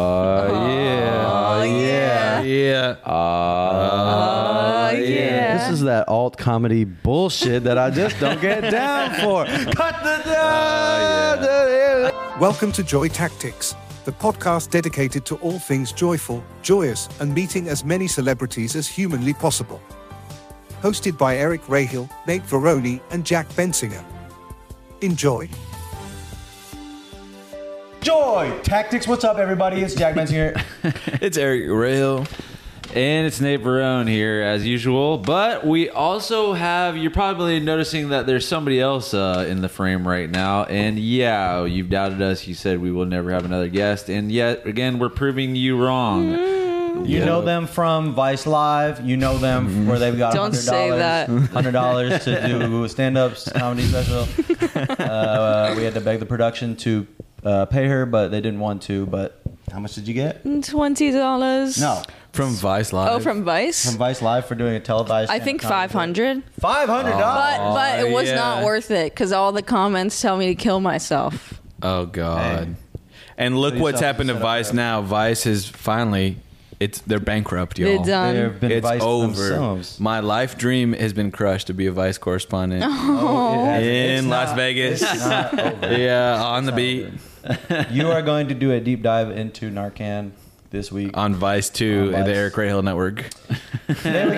Uh, yeah. Uh, yeah. Yeah. Uh, yeah. This is that alt comedy bullshit that I just don't get down for. Cut the. Welcome to Joy Tactics, the podcast dedicated to all things joyful, joyous, and meeting as many celebrities as humanly possible. Hosted by Eric Rahill, Nate Veroni, and Jack Bensinger. Enjoy. Joy Tactics. What's up, everybody? It's Jack Benson here. It's Eric Rail. And it's Nate Barone here as usual. But we also have, you're probably noticing that there's somebody else uh, in the frame right now. And yeah, you've doubted us. You said we will never have another guest. And yet again, we're proving you wrong. You Yeah. know them from Vice Live. You know them where they've got Don't $100, say that. $100 to do stand-ups, comedy special. Uh, we had to beg the production to uh, pay her, but they didn't want to. But How much did you get? Twenty dollars. No, From Vice Live. Oh, from Vice. from Vice Live for doing a televised. I think five stand-up comedy. hundred. $500. But but it was yeah. not worth it because all the comments tell me to kill myself. Oh God. Hey. And look Put what's yourself in happened to setup Vice there. now. Vice is finally it's they're bankrupt, They're y'all. done. They have been It's Vice over. themselves. My life dream has been crushed to be a Vice correspondent Oh, it has- it's in Las not- Vegas. it's not over. Yeah, on the beat You are going to do a deep dive into Narcan this week. on Vice Two, On Vice. the Eric Rahal Network. Today we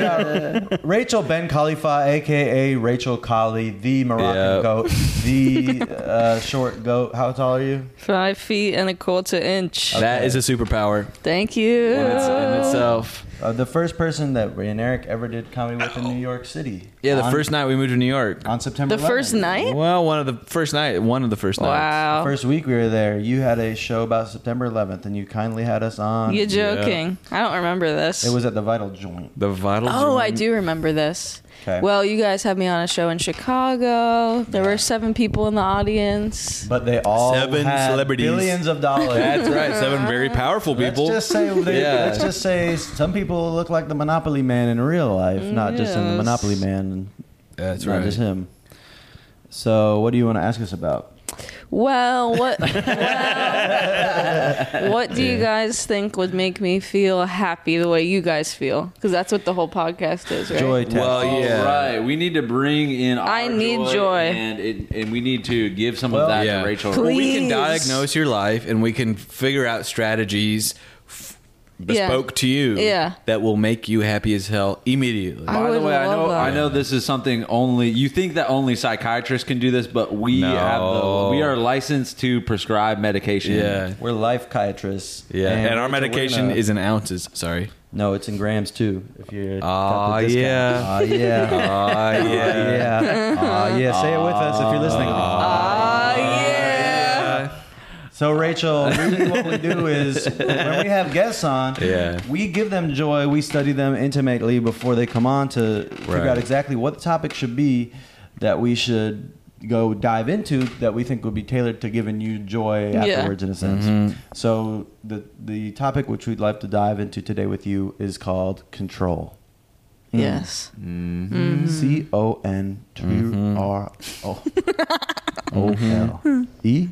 got Rachel Ben Khalifa, aka Rachel Kali, the Moroccan Yeah. goat, the uh, short goat. How tall are you? Five feet and a quarter inch. That is a superpower Thank you. in, its, in itself. Uh, the first person that Ray and Eric ever did comedy with in New York City. Oh. Yeah, the On- first night we moved to New York. on September. the first 11th. night. Well, one of the first night, one of the first nights. Wow. First week we were there, you had a show about September 11th, and you kindly had us on. You're joking. I don't remember this. It was at the Vital Joint. The vital. Oh, I Joint. do remember this. 'Kay. Well, you guys had me on a show in Chicago. There were seven people in the audience. But they all Seven had celebrities. billions of dollars. That's right. Seven very powerful people. Let's just say they, Yeah. let's just say some people look like the Monopoly Man in real life, not just in the Yes. Monopoly Man. That's not right. just him. So, what do you want to ask us about? Well, what well, what do you guys think would make me feel happy the way you guys feel? Because that's what the whole podcast is, right? Joy test. Well, Oh, yeah. All right. We need to bring in. Our I need joy. and it, and we need to give some Well, of that yeah. to Rachel. Please. We can diagnose your life and we can figure out strategies f- bespoke to you Yeah. that will make you happy as hell immediately. I Oh, By the would way, I love know that. I know this is something only you think that only psychiatrists can do this, but we No. have the we are licensed to prescribe medication. yeah. We're life chiatrists. Yeah. And, our Rachel, we're medication gonna- is in ounces. Sorry. no, it's in grams too. If you Aw, yeah. ah yeah, Ah, ah yeah, ah yeah. Say it with us if you're listening. Ah, yeah. So Rachel, really what we do is when we have guests on, Yeah. we give them joy. We study them intimately before they come on to Right. figure out exactly what the topic should be that we should go dive into that we think would be tailored to giving you joy Yeah. afterwards in a sense. Mm-hmm. So the the topic which we'd like to dive into today with you is called control. Yes. C O N T Mm-hmm. R O O L E.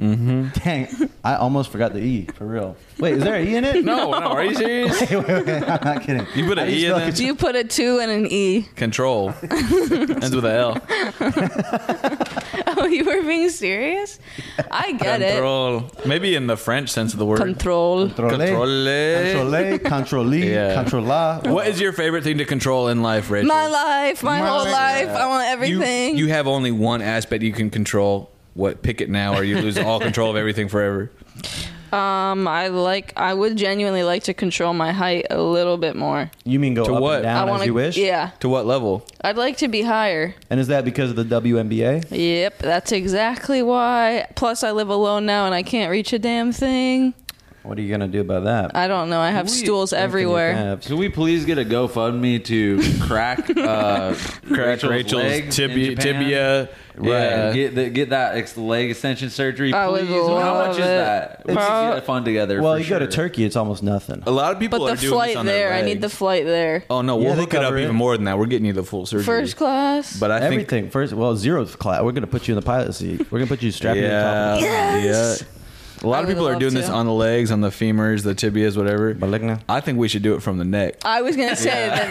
Mm-hmm. Dang, I almost forgot the E for real. Wait, is there an E in it? No, no, are you serious? Wait, wait, wait, I'm not kidding. You put an E in there? Do you put a two and an E? Control. Ends with a L. Oh, you were being serious? I get it. Control. Maybe in the French sense of the word. Control. Controle. Controle, controle, Yeah. controla. What is your favorite thing to control in life, Rachel? My life, my, whole life. I want you, everything. you have only one aspect you can control. What pick it now, or you lose all control of everything forever. um, I like. I would genuinely like to control my height a little bit more. You mean go To up what? and I down want as you wish? Yeah, To what level? I'd like to be higher. And is that because of the WNBA? Yep, that's exactly why. Plus, I live alone now and I can't reach a damn thing. What are you gonna do about that? I don't know. I have We- stools Strengthen your Uh, everywhere. calves. Can we please get a GoFundMe to crack uh, Crack Rachel's, Rachel's, leg in tibia, Japan? tibia. Yeah, Yeah. get the, get that ex- leg extension surgery. Please. I would How much love is it. that? We should Prob- get a fund together. Well, for you sure. go to Turkey, it's almost nothing. a lot of people But are the doing this flight on there, their I need the legs. flight there. oh no, we'll Yeah, they hook it up cover it. even more than that. We're getting you the full surgery. First class. but I think Everything first. Well, zeroth class. We're gonna put you in the pilot seat. We're gonna put you strapped. to the top of the yeah, Yes! yeah. A lot I of would people are love doing to. this on the legs, on the femurs, the tibias, whatever. Maligna. I think we should do it from the neck. I was gonna say that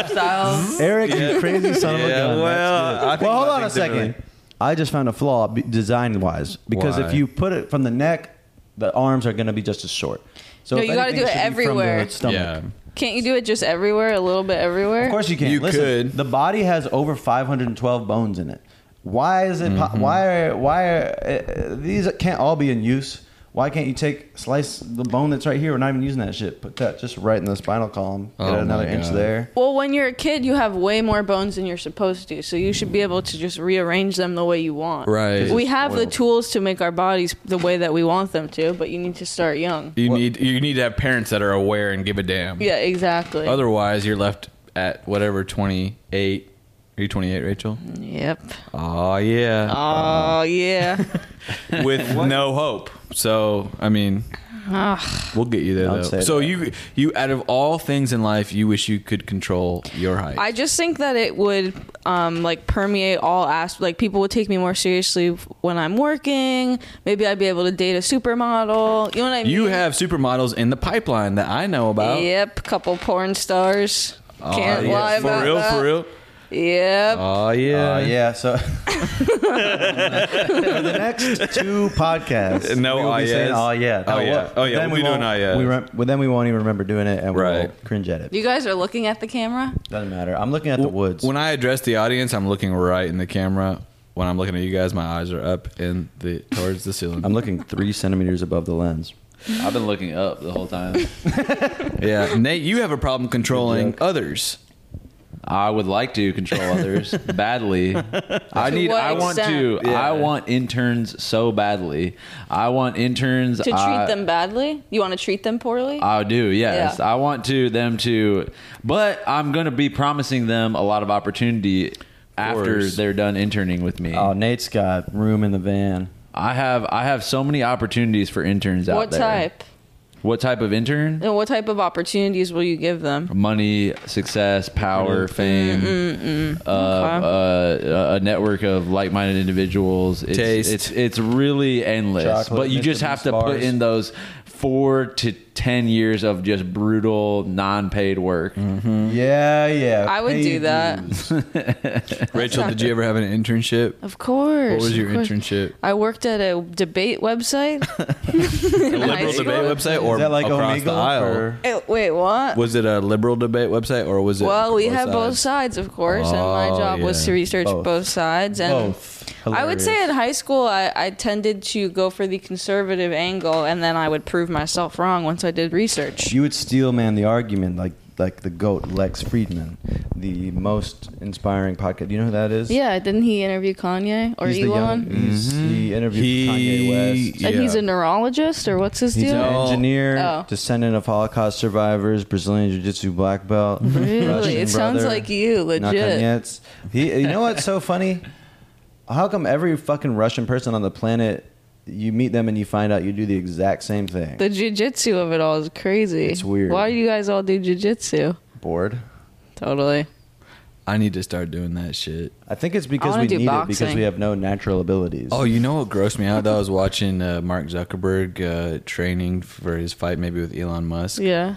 neck styles. Eric, you crazy son of a Yeah, gun. well, That's I good. think well, hold about on a things second. differently. I just found a flaw design wise because Why? if you put it from the neck, the arms are going to be just as short. So No, if you gotta anything, do it should be from the everywhere. stomach. Yeah. Can't you do it just everywhere, a little bit everywhere? Of course you can. You Listen, could. The body has over 512 bones in it. Why is it? Mm-hmm. Po- why are why are uh, these can't all be in use? Why can't you take slice the bone that's right here? We're not even using that shit. Put that just right in the spinal column. Get Oh another my inch God. there. Well, when you're a kid, you have way more bones than you're supposed to, so you should be able to just rearrange them the way you want. Right. We have the tools to make our bodies the way that we want them to, but you need to start young. You need you need to have parents that are aware and give a damn. Yeah, exactly. Oh, Otherwise, you're left at whatever twenty eight. Are you twenty eight, Rachel? yep. Oh yeah. Oh yeah. With no hope. So I mean, we'll get you there. Don't Though. say So that. you you out of all things in life, you wish you could control your height. I just think that it would um, like permeate all aspects. Like people would take me more seriously when I'm working. Maybe I'd be able to date a supermodel. You know what I mean? you have supermodels in the pipeline that I know about. Yep, couple porn stars. Oh, Can't yeah. lie for about real, that. for real. Yep. Oh yeah, Uh, yeah. So for the next two podcasts, No we will be IS. saying, "Oh yeah, Oh, yeah. well, Oh, yeah, Then we'll we be doing won't- IS. We rem- well, then we won't even remember doing it, and we'll Right. cringe at it. You guys are looking at the camera? Doesn't matter. I'm looking at the woods. When I address the audience, I'm looking right in the camera. When I'm looking at you guys, my eyes are up in the towards the ceiling. I'm looking three centimeters above the lens. I've been looking up the whole time. yeah, Nate, you have a problem controlling joke. others. I would like to control others badly. I To need. what I want extent? to. Yeah. I want interns so badly. I want interns To treat Uh, I- them badly? You want to treat them poorly? I do, yes. Yeah. I want to them to, but I'm going to be promising them a lot of opportunity after course. Uh, they're done interning with me. Oh, Nate's got room in the van. I have I have so many opportunities for interns out what there. type? What type of intern? And what type of opportunities will you give them? Money, success, power, Mm-hmm. fame, uh, uh, a network of like-minded individuals. It's, Taste. It's it's really endless, Chocolate, but you Mr. just have to Beast put bars. in those four to ten years of just brutal, non-paid work. Mm-hmm. Mm-hmm. Yeah, yeah. I would Hey, do that. Rachel, did you ever have an internship? Of course. What was your of course. internship? I worked at a debate website. A liberal school. debate website, or Is that like across the Omegle? aisle? or- Eh, Wait, what? Was it a liberal debate website, or was it? well, we had sides? both sides, of course, and my Oh, job was yeah. to research both, Both. sides. And Both. I would say Hilarious. in high school, I, I tended to go for the conservative angle, and then I would prove myself wrong once I did research. you would steel man the argument like like the goat Lex Friedman, the most inspiring podcast. Do you know who that is? Yeah, didn't he interview Kanye or he's the Elon? young. He's, Mm-hmm. He interviewed He- Kanye West. And Yeah. he's a neurologist, or what's his He's deal? an No. engineer, Oh. descendant of Holocaust survivors, Brazilian jiu-jitsu black belt. Really? Russian It sounds brother, like you, legit. Nakanyets. He, you know what's so funny? How come every fucking Russian person on the planet, you meet them and you find out you do the exact same thing? The jujitsu of it all is crazy. It's weird. Why do you guys all do jujitsu? Bored. Totally. I need to start doing that shit. I think it's I because wanna we do need it boxing. because we have no natural abilities. Oh, you know what grossed me out? though? I was watching uh, Mark Zuckerberg uh, training for his fight, maybe with Elon Musk. Yeah.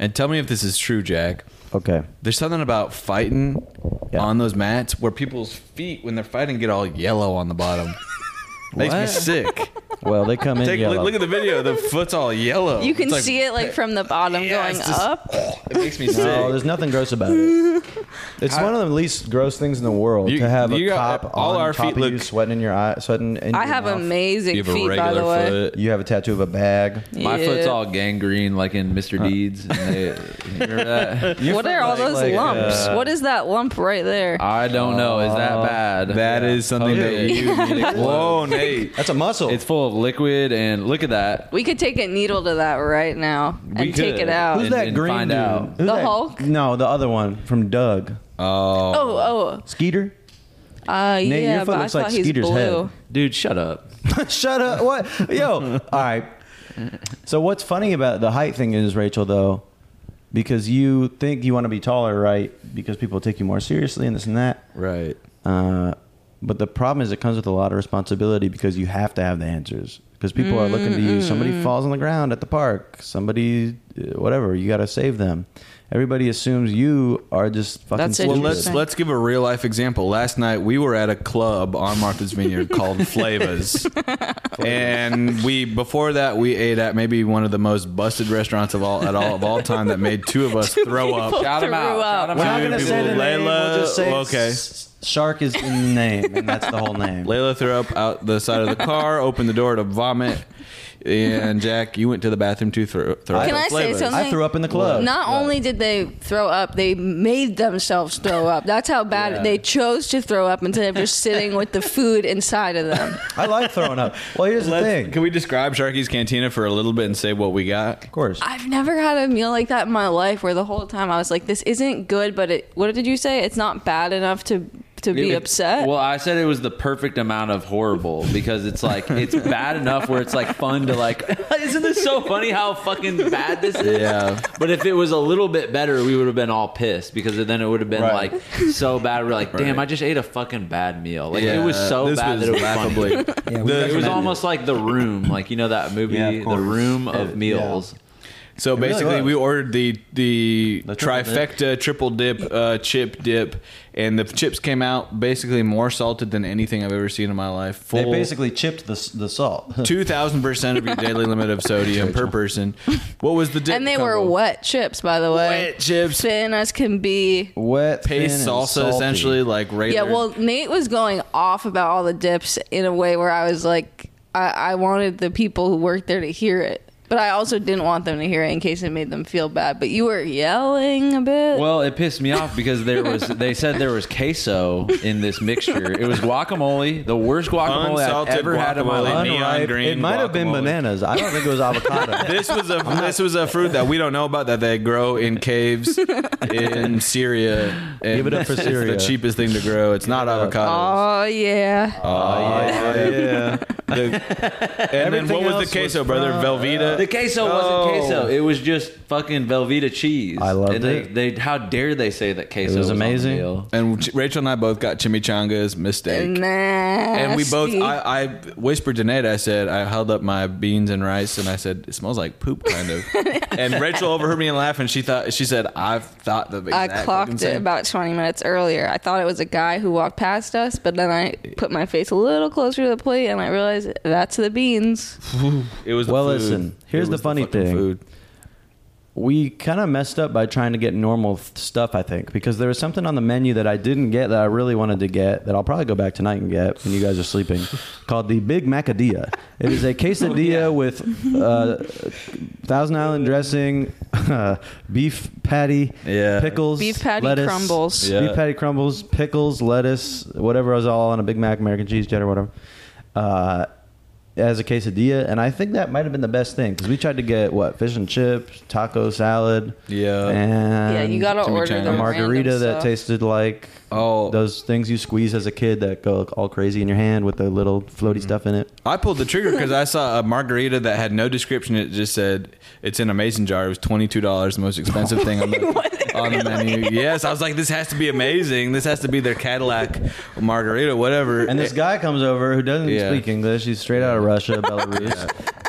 And tell me if this is true, Jack. okay. There's something about fighting Yeah. on those mats where people's feet, when they're fighting, get all yellow on the bottom. Makes me sick. Well, they come in. Take, look, yellow. look at the video. The foot's all yellow. You can It's like- see it like from the bottom Yeah, going it's just- up. It makes me sick. No, there's nothing gross about it. It's one of the least gross things in the world You- to have you a got- cop all on our top feet of you, look- sweating in your eye, sweating. In I your have mouth. amazing you have a feet, by the regular way. foot. You have a tattoo of a bag. My Yeah. foot's all gangrene, like in Mr. Deeds. And they, you remember that? What are all those like, lumps? uh, what is that lump right there? I don't know. Is that bad? That is something Yeah. that you need to Whoa, Nate. That's a muscle. It's full of liquid, and look at that. we could take a needle to that right now We and take could. it out. Who's and- that and green find dude? out. Who's The that- Hulk? No, the other one from Doug. Oh. Oh, Skeeter. oh, uh, Nate, yeah, your foot but I looks thought like he's Skeeter's blue. head. Dude, shut up. Shut up. What? Yo. All right. So what's funny about the height thing is Rachel though, because you think you want to be taller, right? Because people take you more seriously and this and that. Right. Uh, But the problem is, it comes with a lot of responsibility because you have to have the answers because people are looking to you. Mm-hmm. Somebody falls on the ground at the park. Somebody, uh, whatever. You got to save them. Everybody assumes you are just fucking. That's it. stupid. Well, Interesting. let's let's give a real life example. Last night we were at a club on Martha's Vineyard called Flavas, and we before that we ate at maybe one of the most busted restaurants of all at all of all time that made two of us throw People up. Shout 'em out, threw shout 'em We're out. not Two gonna say the people. name. We'll Layla- just say okay. S- Shark is in the name, and that's the whole name. Layla threw up out the side of the car, opened the door to vomit, and Jack, you went to the bathroom to throw, throw up. Can at I say Flavas. something? I threw up in the club. Not only did they throw up, they made themselves throw up. That's how bad they chose to throw up instead of just sitting with the food inside of them. I like throwing up. Well, here's the Let's- thing. Can we describe Sharky's Cantina for a little bit and say what we got? Of course. I've never had a meal like that in my life where the whole time I was like, this isn't good, but it, what did you say? It's not bad enough to, to be It- upset. Well, I said it was the perfect amount of horrible because it's like it's bad enough where it's like fun to like. Isn't this so funny how fucking bad this is? Yeah. But if it was a little bit better, we would have been all pissed because then it would have been Right. like so bad. We're like, damn, I just ate a fucking bad meal. Like it was so this bad was that it was laughably. funny. Yeah, The- we It was recommend almost like the room, like you know that movie, Yeah, of the course. room Yeah. of meals. So really basically, was. we ordered the the, The triple dip. trifecta triple dip uh, chip dip, and the chips came out basically more salted than anything I've ever seen in my life. They Full basically chipped the, s- the salt. two thousand percent of your daily limit of sodium per person. What was the dip? and they were combo? wet chips, by the way. Wet chips, Thin as can be. Wet thin, paste and salsa, salty. essentially like Yeah, regular. well, Nate was going off about all the dips in a way where I was like, I, I wanted the people who worked there to hear it, but I also didn't want them to hear it in case it made them feel bad. But you were yelling a bit. Well, it pissed me off because there was they said there was queso in this mixture. It was guacamole, the worst guacamole Unsalted I've ever had in my guacamole. life. Neon Unripe. green It might have been guacamole. bananas. I don't think it was avocado. this was a this was a fruit that we don't know about that they grow in caves in Syria. And Give it up for it's Syria. the cheapest thing to grow. It's not avocados. oh yeah. Oh, yeah. The- and then what Everything was else the queso, was brother? from- Velveeta. The queso Oh. wasn't queso. It was just fucking Velveeta cheese. I loved and they, it. They, how dare they say that queso was was, amazing. On the meal. and Ch- Rachel and I both got chimichangas mistake. And we both, Nasty. I, I whispered to Nate, I said, I held up my beans and rice and I said, it smells like poop, kind of. and Rachel overheard me and laughed and she thought, she said, I've thought the I exact fucking clocked it same about 20 minutes earlier. I thought it was a guy who walked past us, but then I put my face a little closer to the plate and I realized that's the beans. It was the Well, food. listen, here's It the was funny fucking thing. Food. we kind of messed up by trying to get normal th- stuff, I think, because there was something on the menu that I didn't get that I really wanted to get that I'll probably go back tonight and get when you guys are sleeping, called the Big Macadilla. It is a quesadilla with uh, Thousand Island dressing, beef patty, Yeah. pickles, Beef patty lettuce, crumbles. Yeah. beef patty crumbles, pickles, lettuce, whatever was all on a Big Mac, American cheese, cheddar, whatever. Uh, as a quesadilla, and I think that might have been the best thing because we tried to get what fish and chips, taco salad, Yeah. and yeah, you gotta Jimmy order Chang. the Um, a order margarita random that stuff. tasted like Oh. those things you squeeze as a kid that go all crazy in your hand with the little floaty stuff in it. I pulled the trigger because I saw a margarita that had no description. It just said it's in a mason jar. It was twenty two dollars, the most expensive thing on the, on the menu. Yes, I was like, this has to be amazing. This has to be their Cadillac margarita, whatever. And this guy comes over who doesn't Yeah. speak English. He's straight out of Russia, Belarus,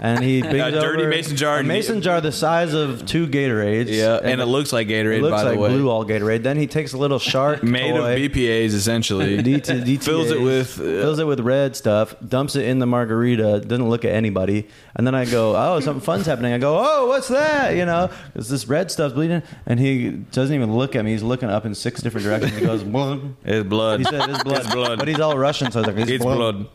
and he brings A dirty over mason jar a and- mason jar the size of two Gatorades. yeah, and, it looks like Gatorade. it looks by like the way, blue all Gatorade. Then he takes a little shark made toy. of BPA's essentially. D- to DTAs, Fills it with, uh, fills it with red stuff, dumps it in the margarita, doesn't look at anybody, and then I go, oh, something fun's happening. I go, oh, what's that? You know, because this red stuff's bleeding, and he doesn't even look at me. He's looking up in six different directions. He goes, "Blood." It's blood. he said, it's blood. It's blood. but he's all Russian, so I was like, it's, It's blood. blood.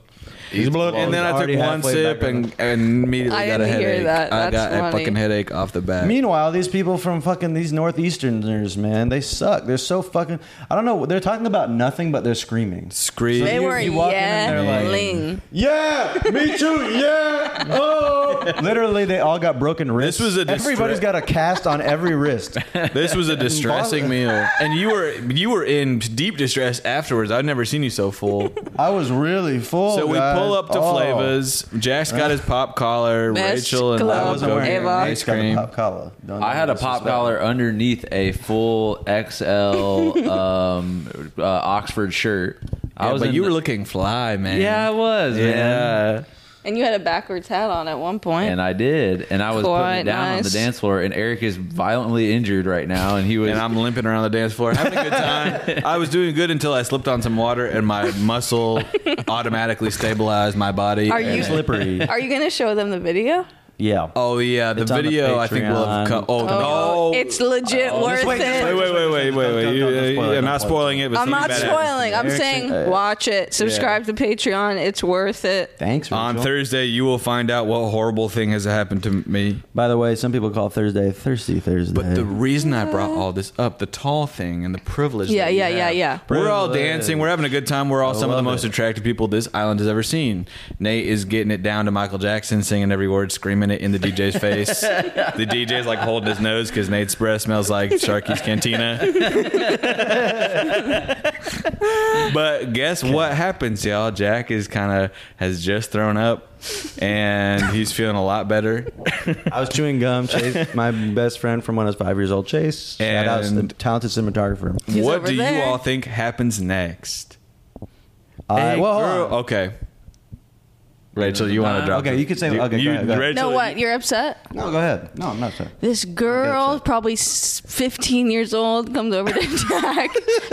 It's blood. And then I Already took one halfway sip back on and, and immediately I got a didn't hear headache. that. I got That's a funny. fucking headache off the bat. Meanwhile, these people from fucking these northeasterners, man, they suck. They're so fucking. I don't know. They're talking about nothing, but they're screaming. Scream. They You- were you walk in and they're like- "Mm." yelling. Yeah, me too. Yeah. Oh, literally, they all got broken wrists. This was a distra- everybody's got a cast on every wrist. This was a distressing meal, and you were you were in deep distress afterwards. I've never seen you so full. I was really full. so we guys. pull up to Oh. Uh. Flavas. Jack's got his pop collar. Best Rachel and club I I was wasn't over wearing here. ever. ice cream. Pop collar. Don't I had a disrespect. pop collar underneath a full XL um, uh, Oxford shirt. I was but in you the- were looking fly, man. Yeah, I was, man. Yeah. And you had a backwards hat on at one point. And I did, and I was putting Quite it down on nice. the dance floor. And Eric is violently injured right now, and he was. And I'm limping around the dance floor, having a good time. I was doing good until I slipped on some water, and my muscle automatically stabilized my body. Are and- you- Slippery. Are you gonna show them the video? yeah. Oh yeah, the It's on the video I think will Patreon. have come. Oh, Oh, no, it's legit worth wait, just it. Wait, wait, wait, wait, wait, Don't- wait! don't- You- don't spoil it, You're don't not spoil it. spoiling it. But I'm something not bad happened. spoiling. I'm saying watch it. Subscribe to Patreon. It's worth it. Thanks. On Rachel. Thursday, you will find out what horrible thing has happened to me. By the way, some people call Thursday thirsty Thursday. But the reason I brought all this up, the tall thing and the privilege. Yeah, that you yeah, yeah, have. yeah. We're all Privilege. dancing. We're having a good time. We're all some of the love most it. attractive people this island has ever seen. Nate is getting it down to Michael Jackson, singing every word, screaming it in the DJ's face. the DJ's like holding his nose because Nate's breath smells like Sharky's Cantina. but guess what happens, y'all? Jack is kind of has just thrown up, and he's feeling a lot better. I was chewing gum. Chase, my best friend from when I was five years old, Chase. shout out to the And- talented cinematographer. He's what over do you there. all think happens next? I- Hey, Uh, well, hold girl- on. Okay. Rachel, you want to drop? Uh, Okay, it? you can say- okay, go ahead, go ahead. Rachel, No, what? You're upset? No, go ahead. No, I'm not sorry. This girl, Gotcha. probably s- 15 years old, comes over to Jack.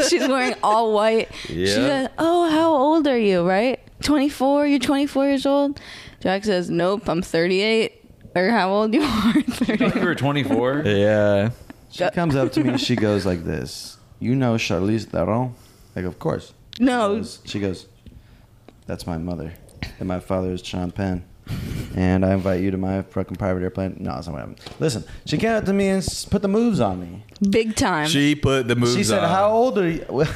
She's wearing all white. She Yeah. says, Oh, how old are you, right? 24? You're 24 years old? Jack says, Nope, I'm 38. Or how old you are? 38. you were 24. Yeah. She comes up to me. She goes like this. You know Charlize Theron? Like, of course. No. goes- She goes, That's my mother. And my father is Sean Penn. And I invite you to my fucking private airplane. No, that's not what happened. Listen, she came up to me and s- put the moves on me. Big time. She, She put the moves She said, on. How old are you?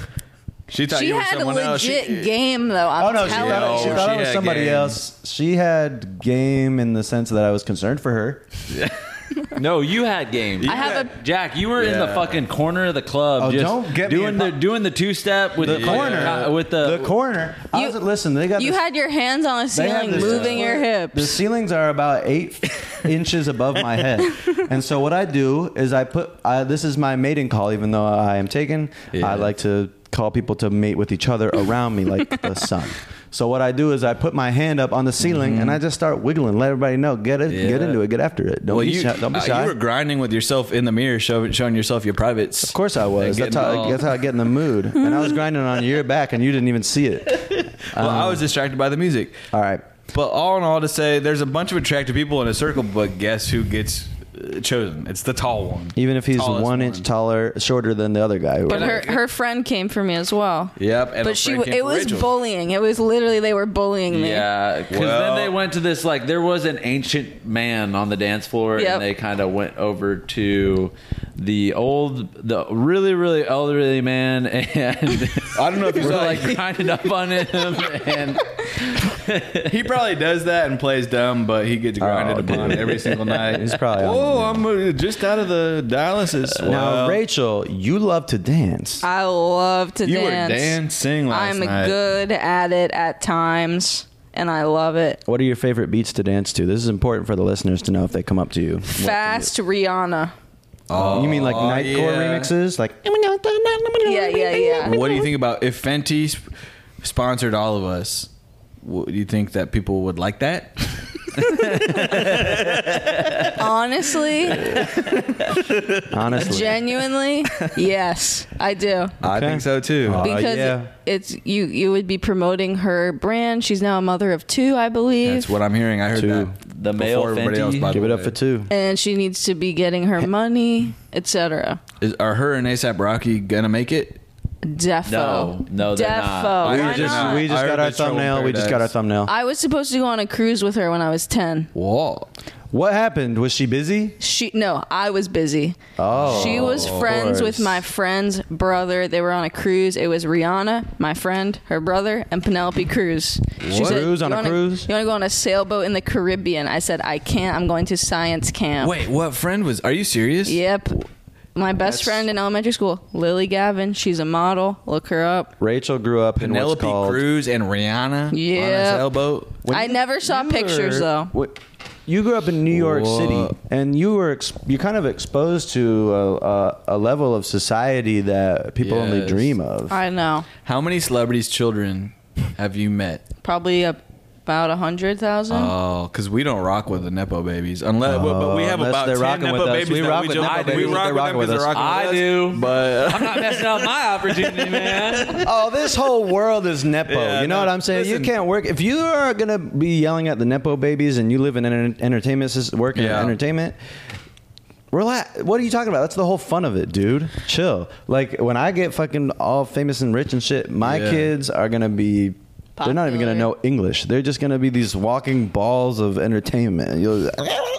She thought you were had a someone else. She- legit game, though. I'm oh, no, she telling thought, you. she thought I she was had somebody game. else. She had game in the sense that I was concerned for her. No, you had games. I have a- Jack. You were in the Yeah. fucking corner of the club, Oh, just don't get me doing in the my- doing the two step with the, The fucking corner. co- with the, The corner. I You- was, listen, they got You this- had your hands on the They have ceiling, this- uh, moving your The hips. ceilings are about eight inches above my head, and so what I do is I put I, this is my mating call. Even though I am taken, Yeah. I like to call people to mate with each other around me, like the sun. So what I do is I put my hand up on the ceiling and I just start wiggling. Let everybody know, get it, get Mm-hmm. Yeah. into it, get after it. Don't Well, be you, shy. Don't be uh, shy. you were grinding with yourself in the mirror, showing, showing yourself your privates. of course I was. Getting That's how, all- that's how I get in the mood. And I was grinding on your back, and you didn't even see it. Well, I was distracted by the music. All right. But all in all, to say there's a bunch of attractive people in a circle, but guess who gets uh, chosen? It's the tall one. Even if he's Tallest one, inch taller, shorter than the other guy. But her, her friend came for me as well. Yep. And a But she, friend w- came it for was Rachel. bullying. It was literally they were bullying me. yeah. Because Well- then they went to this like there was an ancient man on the dance floor, Yep. and they kind of went over to the old, the really really elderly man, and I don't know if you we're saw like like grinding up on him, and He probably does that and plays dumb, but he gets grinded Oh, upon dude. every single night. He's probably on Oh, I'm uh, just out of the dialysis. Now, Well, Rachel, you love to dance. I love to you dance. were dancing last I'm night. good at it at times, and I love it. What are your favorite beats to dance to? This is important for the listeners to know if they come up to you. Fast Rihanna. you mean like nightcore yeah. remixes? Like Yeah, yeah, yeah. What do you think about if Fenty sp- sponsored all of us? w- Do you think that people would like that? Honestly, honestly, genuinely, yes, I do. I Okay. think so too. Because yeah. it's you, you would be promoting her brand. She's now a mother of two, I believe, That's what I'm hearing. I heard Two. that The male before everybody Fenty. else. By give the it up way. for two. and she needs to be getting her money, etc. Is, are her and ASAP Rocky gonna make it? Defo. No, no, they're Defo. not. Why We not? were I, just- We just I heard got our the Trouble in thumbnail. We just got our Paradise. thumbnail. was supposed to go on a cruise with her when I was ten. Whoa! What happened? Was she busy? She no, I was busy. Oh, she was of friends course. with my friend's brother. They were on a cruise. It was Rihanna, my friend, her brother, and Penelope Cruz. She What? Cruise on "You a wanna- cruise? You want to go on a sailboat in the Caribbean? I said I can't. I'm going to science camp. Wait, what friend was? Are you serious? Yep. My best friend in elementary school, Lily Gavin. She's a model. Look her up. Rachel grew up in what's Penelope called. Cruz and Rihanna on a Yeah. sailboat. I never saw pictures though. What- you grew up in New York Whoa. City, and you were ex- you're kind of exposed to a, a, a level of society that people only Yes. dream of. I know. How many celebrities' children have you met? Probably about a hundred thousand. Uh, Oh, because we don't rock with the nepo babies, unless well, but we have unless about they're ten rocking nepo with us. babies. We that rock we with just- nepo we babies if rock they're with them rocking 'cause with they're us. rocking I with us. do. But I'm not messing up my opportunity, man. Oh, this whole world is nepo. Yeah, you know no, what I'm saying? listen. you can't work if you are gonna be yelling at the nepo babies, and you live in an enter- entertainment system, work in Yeah. entertainment. Relax. What are you talking about? That's the whole fun of it, dude. Chill. Like when I get fucking all famous and rich and shit, my Yeah. kids are gonna be. They're not even Popular. gonna know English. They're just gonna be these walking balls of entertainment. You'll,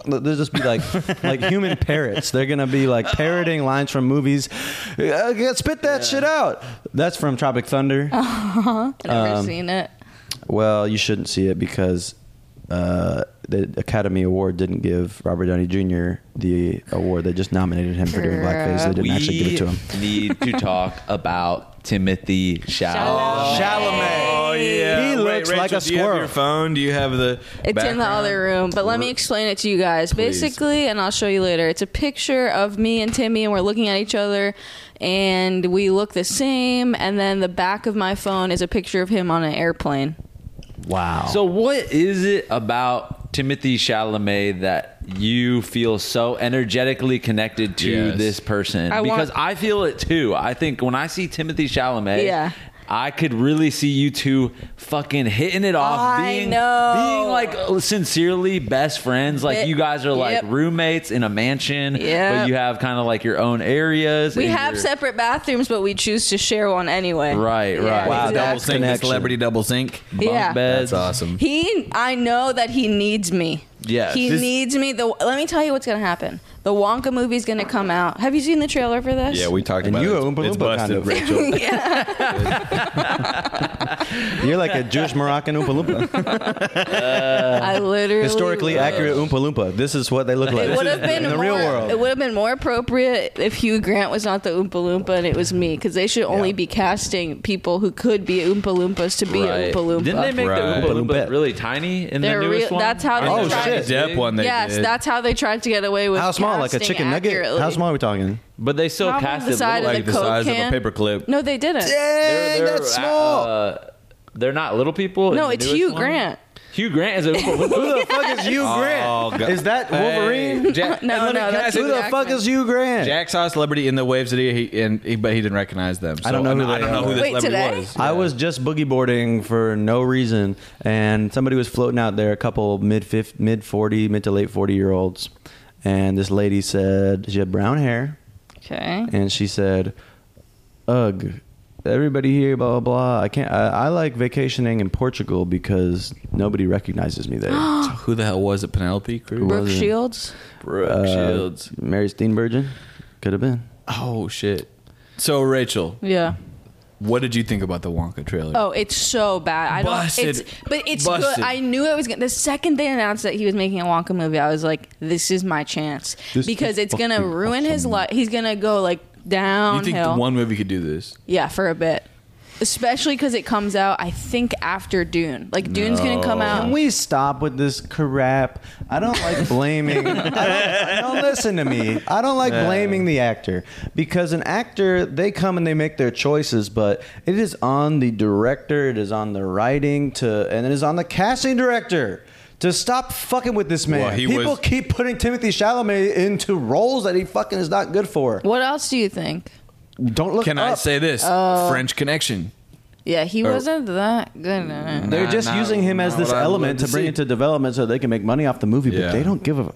they'll just be like like human parrots. They're gonna be like parroting lines from movies. Uh, spit that shit out. That's from Tropic Thunder. Uh-huh. I've never um, seen it. Well, you shouldn't see it because uh, the Academy Award didn't give Robert Downey Jr. the award. They just nominated him for doing blackface. They didn't actually give it to him. need to talk about Timothy Chalamet. Chalamet. Oh yeah, He Wait, looks like Rachel, a do you have squirrel. your phone? Do you have the? It's in the background? other room, but let me explain it to you guys. Basically, and I'll show you later. It's a picture of me and Timmy, and we're looking at each other, and we look the same. And then the back of my phone is a picture of him on an airplane. Wow. So, what is it about Timothy Chalamet that you feel so energetically connected to Yes. this person? I want- because I feel it too. I think when I see Timothy Chalamet, Yeah. I could really see you two fucking hitting it off, I being know. being like sincerely best friends. Like It- you guys are like yep. roommates in a mansion, Yep. but you have kind of like your own areas. We and have you're- separate bathrooms, but we choose to share one anyway. Right, right. double Wow, exactly. sink, the Connection. celebrity double sink. Yeah. beds. That's awesome. He, I know that he needs me. Yes. he This- needs me. The let me tell you what's gonna happen. The Wonka movie's gonna come out. Have you seen the trailer for this? Yeah, we talked And about you it. a Oompa it's Loompa busted, kind of. Rachel. You're like a Jewish Moroccan Oompa Loompa. I literally Historically accurate Oompa Loompa. This is what they look like. It would have been in the more, real It world. would have been more appropriate if Hugh Grant was not the Oompa Loompa and it was me, because they should only be casting people who could be Oompa Loompas to be Oompa Right. Loompa. Didn't they make Right. the Oompa Loompa Loompa. really tiny in They're the newest real- one? that's how they Oh, The Johnny shit. Depp one they yes, did. that's how they tried to get away with How small? Like a casting chicken nugget? accurately. How small are we talking? But they still Probably cast the it side little. of like the the Coke size of can? a paperclip. No, they didn't. Dang, They're- that's they're, small. uh, they're not little people. in No, the it's newest Hugh one? Grant. Hugh Grant is a. Who the fuck is Hugh Oh, Grant? God. Is that Wolverine? Hey, Jack, No, and let me- no, can I that's say Who this? the Jackman. fuck is Hugh Grant? Jack saw a celebrity in the Wave City, he, and he, but he didn't recognize them. So I don't know who I they don't know are. who the Wait, celebrity today? was. I was just boogie boarding for no reason, and somebody was floating out there, a couple mid fif- mid forty, mid to late forty year olds, and this lady said she had brown hair, Okay. and she said, "Ugh, everybody here, blah blah blah. I can't. I, I like vacationing in Portugal because nobody recognizes me there. Uh, Who the hell was it? Penelope Cruz. Brooke was it? Shields. Brooke Shields. Mary Steenburgen, could have been. Oh shit. So Rachel, Yeah. what did you think about the Wonka trailer? Oh, it's so bad. I Busted. don't. It's, but it's Busted. good. I knew it was gonna, the second they announced that he was making a Wonka movie. I was like, this is my chance This because is it's gonna fucking ruin his awesome. life. He's gonna go like you think downhill. the one movie could do this? yeah, for a bit. Especially because it comes out, I think after Dune. Like Dune's gonna come Can out. we stop with this crap? I don't like blaming. I don't, I don't listen to me. I don't like blaming the actor because an actor they come and they make their choices, but it is on the director, it is on the writing to, and it is on the casting director. To stop fucking with this man. Well, he People was- keep putting Timothy Chalamet into roles that he fucking is not good for. what else do you think? Don't look. Can I up. Uh, say this? French Connection. Yeah, he wasn't that good. in it. They're Nah, just nah, using him nah, as this what I would element love to to bring see. it to development so they can make money off the movie, Yeah. but they don't give a.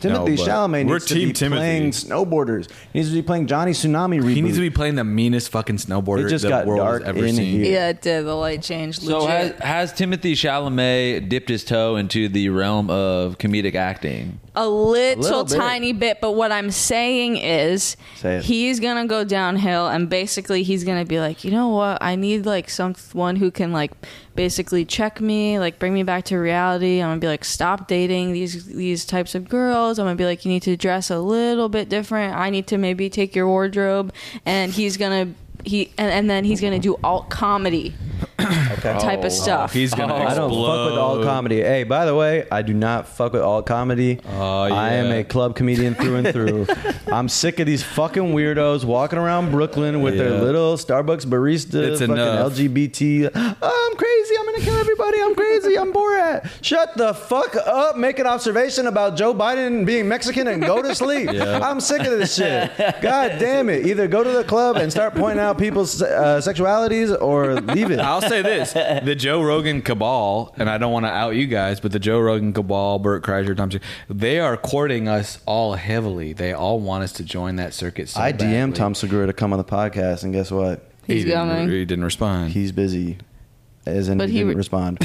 Timothy but Chalamet we're needs to Team be Timothy. playing snowboarders. He needs to be playing Johnny Tsunami reboot. He needs to be playing the meanest fucking snowboarder It just the got world dark has ever in seen. here. Yeah, it did. The light changed. so uh, has, legit. has Timothy Chalamet dipped his toe into the realm of comedic acting? A little, little bit. tiny bit, but what I'm saying is Say it. he's gonna go downhill and basically he's gonna be like, you know what, I need like someone who can like basically check me, like bring me back to reality. I'm gonna be like, stop dating these these types of girls. I'm gonna be like, you need to dress a little bit different. I need to maybe take your wardrobe and he's gonna he and, and then he's gonna do alt comedy. Okay. type of stuff. He's gonna. Oh. I don't fuck with explode. alt comedy. Hey, by the way, I do not fuck with alt comedy. Oh, I am yeah. a club comedian through and through. I'm sick of these fucking weirdos walking around Brooklyn with Yeah. their little Starbucks barista, It's fucking enough. LGBT. "Oh, I'm crazy. I'm gonna kill everybody. I'm crazy. I'm Borat. Shut the fuck up. Make an observation about Joe Biden being Mexican and go to sleep. I'm sick of this shit. God damn it. Either go to the club and start pointing out people's uh, sexualities or leave it. I'll say this: the Joe Rogan cabal, and I don't want to out you guys, but the Joe Rogan cabal, Burt Kreischer, Tom, Segura, they are courting us all heavily. They all want us to join that circuit. So I badly. DM'd Tom Segura to come on the podcast, and guess what? He He's didn't- coming. He didn't respond. He's busy. As in, But he he didn't re- Oh. respond.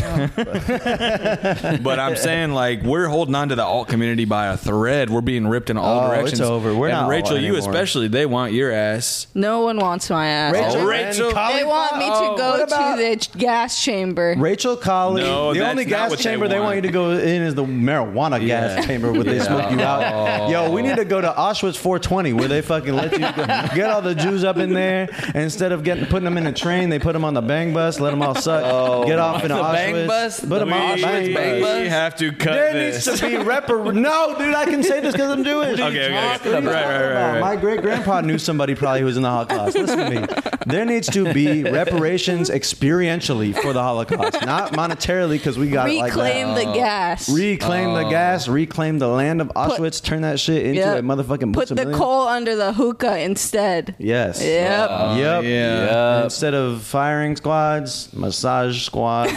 but I'm saying like we're holding on to the alt community by a thread. We're being ripped in all Oh, it's directions. over. We're and not Rachel, alt you anymore. especially. They want your ass. No one wants my ass. Rachel- Oh, and Rachel. Colin- They want me to Oh, what go about- to the ch- gas chamber. Rachel Colley. No, the that's only not gas what they chamber they want. want. you to go in is the marijuana Yeah. gas chamber where they Yeah. smoke you out. Oh. Yo, we need to go to Auschwitz 420 where they fucking let you go, get all the Jews up in there. And instead of getting putting them in a train, they put them on the bang bus, let them all suck, Oh get off in The Auschwitz, bang bus? put them we, on the bang we bus. have to cut There this. needs to be repar. no, dude, I can say this because I'm doing it. okay, okay, okay. Right, What are right, you talking about? right, right. My great grandpa knew somebody probably who was in the Holocaust. Listen to me. There needs to be reparations experientially for the Holocaust, not monetarily because we got it like Reclaim that. Oh. Uh, the gas. Reclaim Uh. the gas, reclaim the land of Auschwitz, turn that shit into Yep. a motherfucking Put the Butsamillion. coal under the hookah instead. Yes. Yep. Yep. Uh, yeah. And Instead of firing squads, massage squads.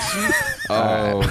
Oh,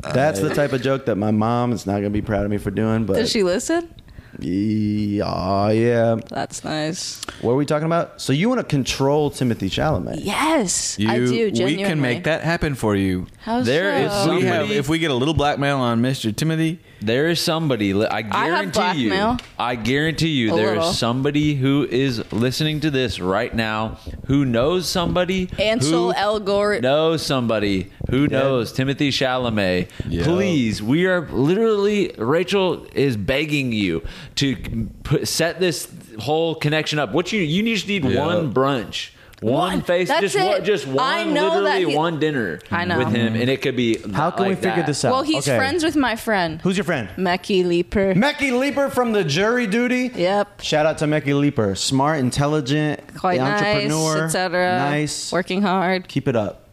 That's the type of joke that my mom is not going to be proud of me for doing. But Does she listen? yeah, yeah. That's nice. What are we talking about? So you want to control Timothy Chalamet? Yes, you, I do. we Genuinely. can make that happen for you. How so? There If is we Somebody- have, if we get a little blackmail on Mr. Timothy, There is somebody. li- I I have guarantee you. blackmail. I guarantee you. A there is little. somebody who is listening to this right now who knows somebody. Ansel who Elgort. knows somebody who knows Timothy Chalamet. Yeah. Please, we are literally. Rachel is begging you to put, set this whole connection up. What you you just need Yeah. one brunch. One One. face, That's just one, it. just one, I know that literally he- one dinner I know. with him, and it could be. How can we like figure that. this out? Well, he's Okay. friends with my friend, Who's your friend? Mecky Leaper. Mecky Leaper from the jury duty. Yep. Shout out to Mecky Leaper. Smart, intelligent, Quite nice, entrepreneur, etc. Nice. Uh, working hard. Keep it up.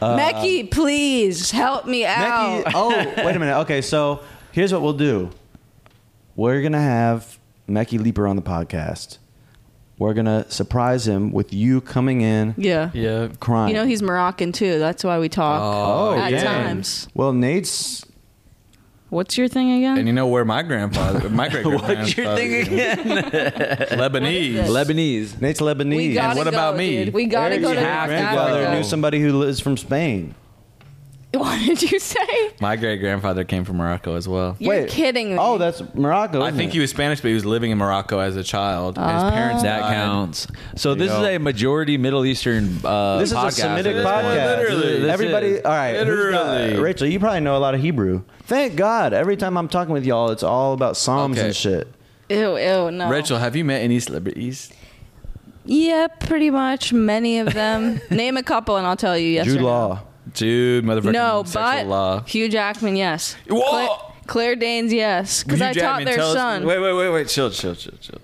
Mecky, please help me out. Mecky. Oh, wait a minute. Okay, so here's what we'll do. We're gonna have Mecky Leaper on the podcast. We're gonna surprise him with you coming in Yeah. yeah, crying. You know he's Moroccan too. That's why we talk Oh, at yeah. times. well, Nate's What's your thing again? and you know where my grandfather, my great grandfather, What's your thing again? Lebanese. What is Lebanese. Nate's Lebanese. we gotta what go, about me? dude. We gotta Eric's go to half grandfather Africa. knew somebody who lives from Spain. What did you say? My great grandfather came from Morocco as well. You're kidding me. Oh, that's Morocco. I isn't think it? he was Spanish, but he was living in Morocco as a child. His parents That died. counts. So this There you is go. a majority Middle Eastern. Uh, This is a podcast. Semitic This is- podcast. Literally. This Everybody, uh, is- all right. who's Literally. got- Rachel, you probably know a lot of Hebrew. Thank God. Every time I'm talking with y'all, it's all about Psalms Okay. and shit. Ew, ew, no. Rachel, have you met any celebrities? Yeah, pretty much. Many of them. Name a couple and I'll tell you yes Jude or no. Law. Dude, motherfucking No, sexual but law. Hugh Jackman, yes. Whoa! Cla- Claire Danes, yes. Because You I jab taught me, their tell us- son. Wait, wait, wait, wait. Chill, chill, chill, chill.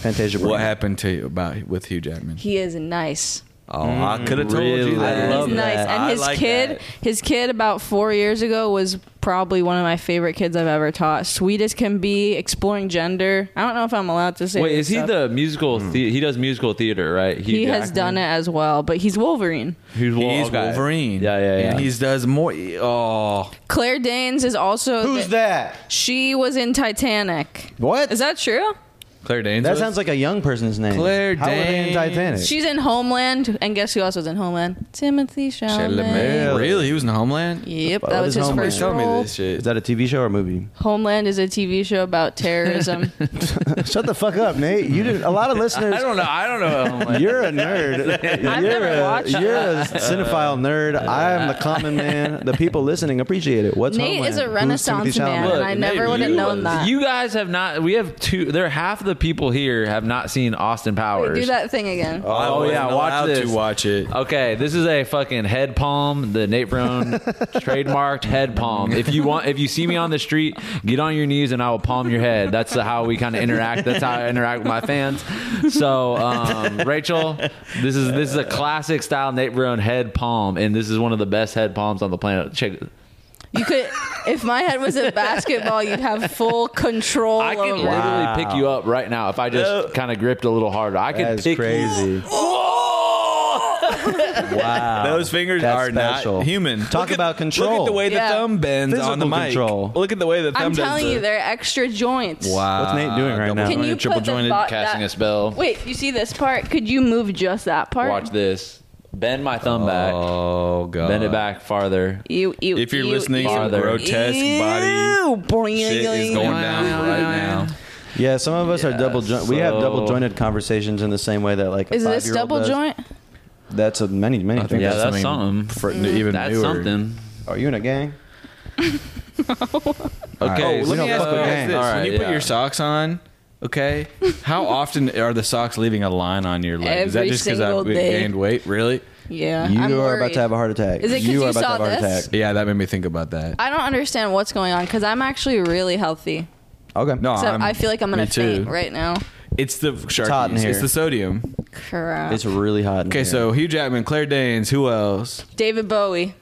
Fantasia. What Brand. happened to you about with Hugh Jackman? He is nice. Oh, I could have told really? you that. I He's love nice. that. And I his like kid, that. his kid about four years ago was probably one of my favorite kids I've ever taught. Sweet as can be, exploring gender. I don't know if I'm allowed to say. Wait, this is he stuff. the musical? The- he does musical theater, right? Hugh He has Jackman? done it as well, but he's Wolverine. He's, He Wol- is okay. Wolverine. Yeah, yeah, yeah. And he's does more. Oh, Claire Danes is also. Who's the- that? She was in Titanic. What? Is that true? Claire Danes. That sounds like a young person's name. Claire How are they in Danes. Titanic? She's in Homeland, and guess who else was in Homeland? Timothy Chalamet. Really? really? He was in Homeland. Yep, What that was is his Homeland? first Tell me role. this shit. is that a TV show or movie? Homeland is a TV show about terrorism. Shut the fuck up, Nate. You did a lot of listeners. I don't know. I don't know. You're a nerd. I've you're never a, watched You're a cinephile nerd. Uh, I am the common man. The people listening appreciate it. What's Nate Homeland? is a Who's renaissance Timothy Chalamet? man, and I Look, never Nate, would have you- known that. You guys have not. We have two. There are half of the people here have not seen Austin Powers. Do that thing again. Oh, yeah, watch allowed this. to watch it. Okay, this is a fucking head palm, the Nate Brown trademarked head palm. If you want, if you see me on the street, get on your knees and I will palm your head. That's the- how we kind of interact. That's how I interact with my fans. So, um, Rachel, this is this is a classic style Nate Brown head palm, and this is one of the best head palms on the planet. Check. You could, if my head was a basketball, you'd have full control I can over. literally pick you up right now if I just kind of gripped a little harder. I could That's pick you. crazy. Wow. Those fingers That's are special. not human. Talk at- about control. Look at the way Yeah. the thumb bends on the Physical mic. control. Look at the way the thumb I'm does telling the- you, they're extra joints. Wow. What's Nate doing right Double now? Can jointed, you triple put the jointed. bo- Casting that- a spell. Wait, you see this part? Could you move just that part? Watch this. Bend my thumb back. Oh god. Bend it back farther. You, you, If you're you, listening, you, some Farther. grotesque body Ew, boing, shit is going down right now. Yeah, some of us are double joint. We have so- double jointed conversations in the same way that like a Is this five-year-old double does. joint? That's a many many things. Yeah, that's something. For, Mm. even That's newer. something. Are you in a gang? Okay, Oh, so we let me ask don't fuck you guys with gangs. this: All right, When you put yeah. your socks on, okay, how often are the socks leaving a line on your leg? is that Every just because single I've day. gained weight? Really? Yeah. You I'm are worried. about to have a heart attack. Is it 'cause you you are about saw to have a this? heart attack. Yeah, that made me think about that. I don't understand what's going on because I'm actually really healthy. Okay. No, So I'm, I feel like I'm me gonna too. faint right now. It's the shark. hot in It's here. the sodium. Crap. It's really hot. in Okay, here. so Hugh Jackman, Claire Danes, who else? David Bowie.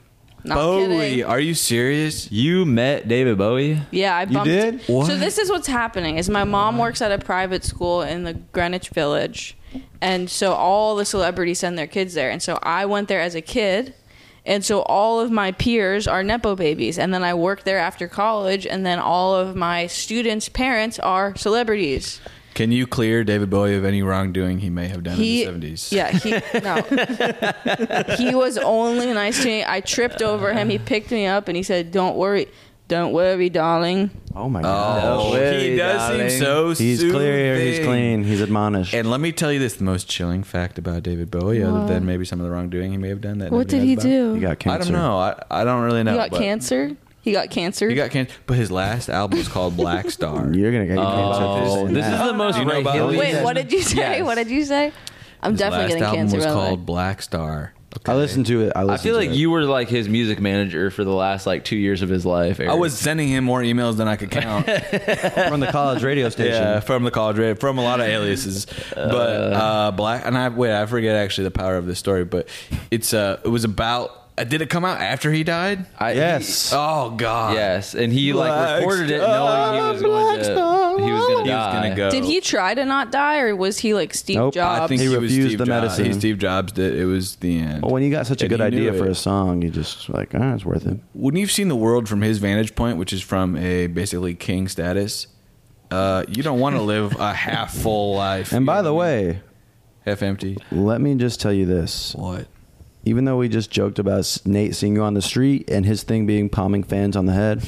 Not Bowie. kidding. Are you serious? You met David Bowie? Yeah, I bumped. did? So this is what's happening: is my mom works at a private school in the Greenwich Village, and so all the celebrities send their kids there, and so I went there as a kid, and so all of my peers are nepo babies, and then I worked there after college, and then all of my students' parents are celebrities. Can you clear David Bowie of any wrongdoing he may have done in the 70s? Yeah, he no. he was only nice to me. I tripped over him. He picked me up and he said, "Don't worry, don't worry, darling." oh my god, Oh, Really, he does darling. seem so he's clear, he's soothing. clean, he's admonished. And let me tell you this: the most chilling fact about David Bowie, other than maybe some of the wrongdoing he may have done, that What did nobody he knows about. do? he He got, got cancer. I don't know. I, I don't really know. but cancer. He got cancer. He got cancer, but his last album was called Black Star. You're gonna get cancer. if you're Oh, saying this that. is the most You know about Rahilly- Louis Wait, what did you say? Yes. What did you say? I'm His definitely last getting album cancer. was by the way. called Black Star. Okay. I listened to it. I I listened feel to like it. you were like his music manager for the last like two years of his life. Eric. I was sending him more emails than I could count. from the college radio station. yeah, from the college radio, from a lot of aliases. But uh, Black and I wait, I forget actually the power of this story, but it's uh, it was about. Uh, did it come out after he died? I, Yes. Oh God. he- yes, and he like Black recorded it star, knowing he was going to. He was going to He was die. gonna go. Did he try to not die, or was he like Steve Nope. Jobs? I think He he, refused was Steve the Jobs. medicine. He Steve Jobs did. It was the end. Well, when you got such a And good he knew idea for it. a song, you just like, ah, it's worth it. when you've seen the world from his vantage point, which is from a basically king status, uh, you don't want to live a half full life. And You by know the what I mean? way, half empty. let me just tell you this. What? Even though we just joked about Nate seeing you on the street and his thing being palming fans on the head,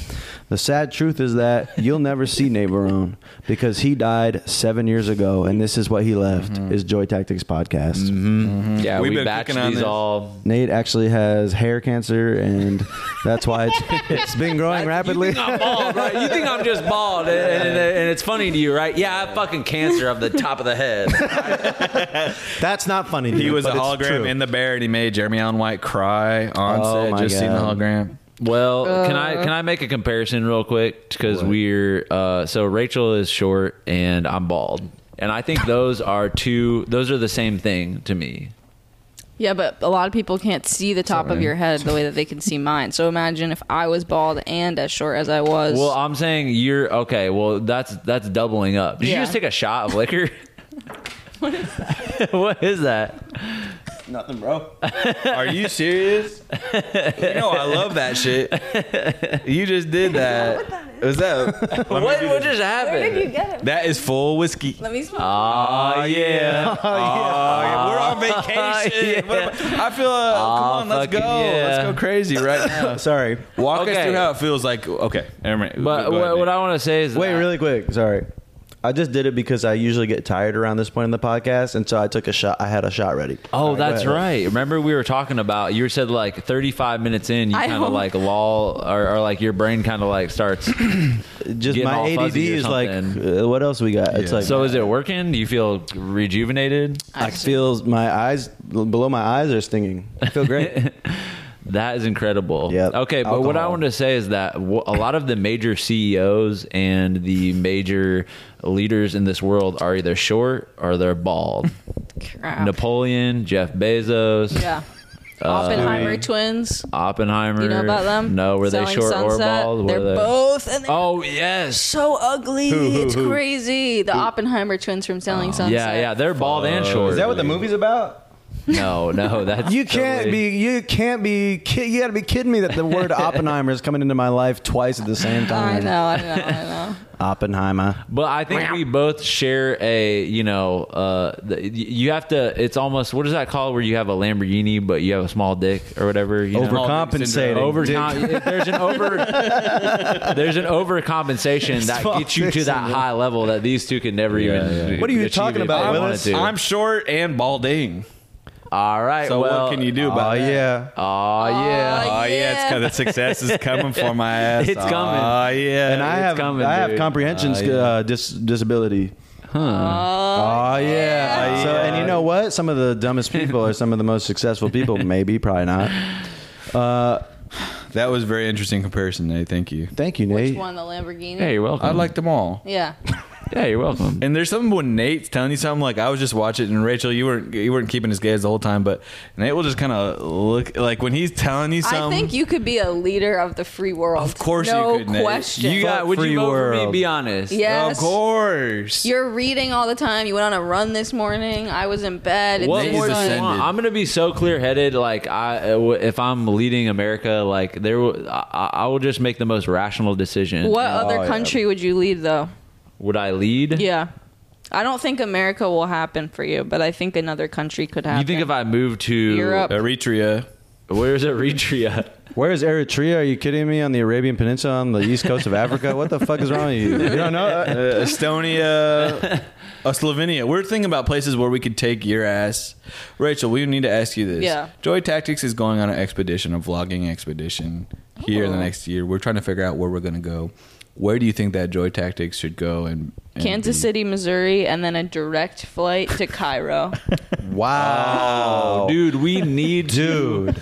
the sad truth is that you'll never see Nate Barone because he died seven years ago, and this is what he left: is Joy Tactics podcast. Yeah, We've we been batched cooking on these this. all. Nate actually has hair cancer, and that's why it's, it's been growing You rapidly. think I'm bald, right? You think I'm just bald, and, and, and it's funny to you, right? Yeah, I have fucking cancer of the top of the head. That's not funny. He was a hologram in in the bear, and he made Jeremy Allen White cry on Oh, set. my Just seeing the God. hologram. Well, can I Uh. can I make a comparison real quick? Because we're uh, so Rachel is short and I'm bald, and I think those are two. Those are the same thing to me. Yeah, but a lot of people can't see the top of your head the way that they can see mine. So imagine if I was bald and as short as I was. Well, I'm saying you're okay. Well, that's that's doubling up. Did Yeah. you just take a shot of liquor? what is that? what is that? nothing, bro. Are you serious? you know I love that shit. You just did that. What's that? What, what just happened? get it? That is full whiskey. Oh, Let me smell. Oh yeah. We're on vacation. What am I I feel. Uh, come on, let's go. Ah, fucking yeah. Let's go crazy right now. Sorry. Walk Okay. us through how it feels like. Okay, never mind. But Go ahead, what, what Nate. I want to say is Wait, that- really quick. Sorry. I just did it because I usually get tired around this point in the podcast, and so I took a shot. I had a shot ready. Oh, All go that's ahead. right. Remember we were talking about you said like 35 minutes in, you I kind of hope- like lull or, or like your brain kind of like starts. Just Getting all my ADD fuzzy or is like, something. uh, what else we got? It's Yeah. like so is it working? Do you feel rejuvenated? I feel my eyes below my eyes are stinging. I feel great. That is incredible. Yeah. Okay, but what I Alcohol. want to say is that w- a lot of the major CEOs and the major leaders in this world are either short or they're bald. Crap. Napoleon, Jeff Bezos, Yeah. Oppenheimer twins. Oppenheimer. You know about them? No, were they Selling short Sunset. or bald? Were They're they- both, and they're Oh yes. so ugly. It's crazy. The Oppenheimer twins from Selling Sunset. Yeah, yeah, they're bald and short. Is that what the movie's about? No, no, that's you can't totally- be. You can't be. Ki- you got to be kidding me that the word Oppenheimer is coming into my life twice at the same time. I know, I know, I know. Oppenheimer. But I think we both share a, you know, uh, the, y- you have to. It's almost what is that called? Where you have a Lamborghini, but you have a small dick or whatever. You know? Overcompensating. Over there's an over there's an overcompensation that Small gets you to dick that syndrome. high level that these two can never even. What are you achieve talking if about, they Willis? wanted to. I'm short and balding. All right. So well, uh, what can you do Oh about it? yeah. Oh yeah. Oh, yeah, it's yeah. co- the success is coming for my ass. It's coming. Oh yeah, and I it's have coming, I have dude. comprehension Oh, sc- yeah. uh, dis- disability. Oh, Oh yeah. yeah. So and you Yeah. know what? Some of the dumbest people are some of the most successful people. Maybe, probably not. Uh, that was a very interesting comparison, Nate. Thank you. thank you, Nate. Which one, the Lamborghini? Hey, you're welcome. I liked them all. Yeah. Yeah, you're welcome. Mm. And there's something when Nate's telling you something like I was just watching, and Rachel, you weren't you weren't keeping his gaze the whole time, but Nate will just kind of look like when he's telling you something. I think you could be a leader of the free world. Of course you no could, Nate. question. You got? Would free you vote for me? world. Be honest. yes. Of course. You're reading all the time. You went on a run this morning. I was in bed. It's What Nate more do you descended. want? I'm gonna be so clear headed. Like I, uh, if I'm leading America, like there, will- I, I will just make the most rational decision. What other country would you lead, though? would I lead? Yeah. I don't think America will happen for you, but I think another country could happen. You think if I move to Europe. Eritrea. Where's Eritrea? Where is Eritrea? Are you kidding me? On the Arabian Peninsula, on the east coast of Africa? What the fuck is wrong with you? You don't know? Uh, Estonia, uh, Slovenia. We're thinking about places where we could take your ass. Rachel, we need to ask you this. Yeah. Joy Tactics is going on an expedition, a vlogging expedition here in the Oh. next year. We're trying to figure out where we're going to go. Where do you think that Joy Tactics should go? And, and Kansas be? City, Missouri, and then a direct flight to Cairo. Oh, Wow. Oh, Dude, we need to.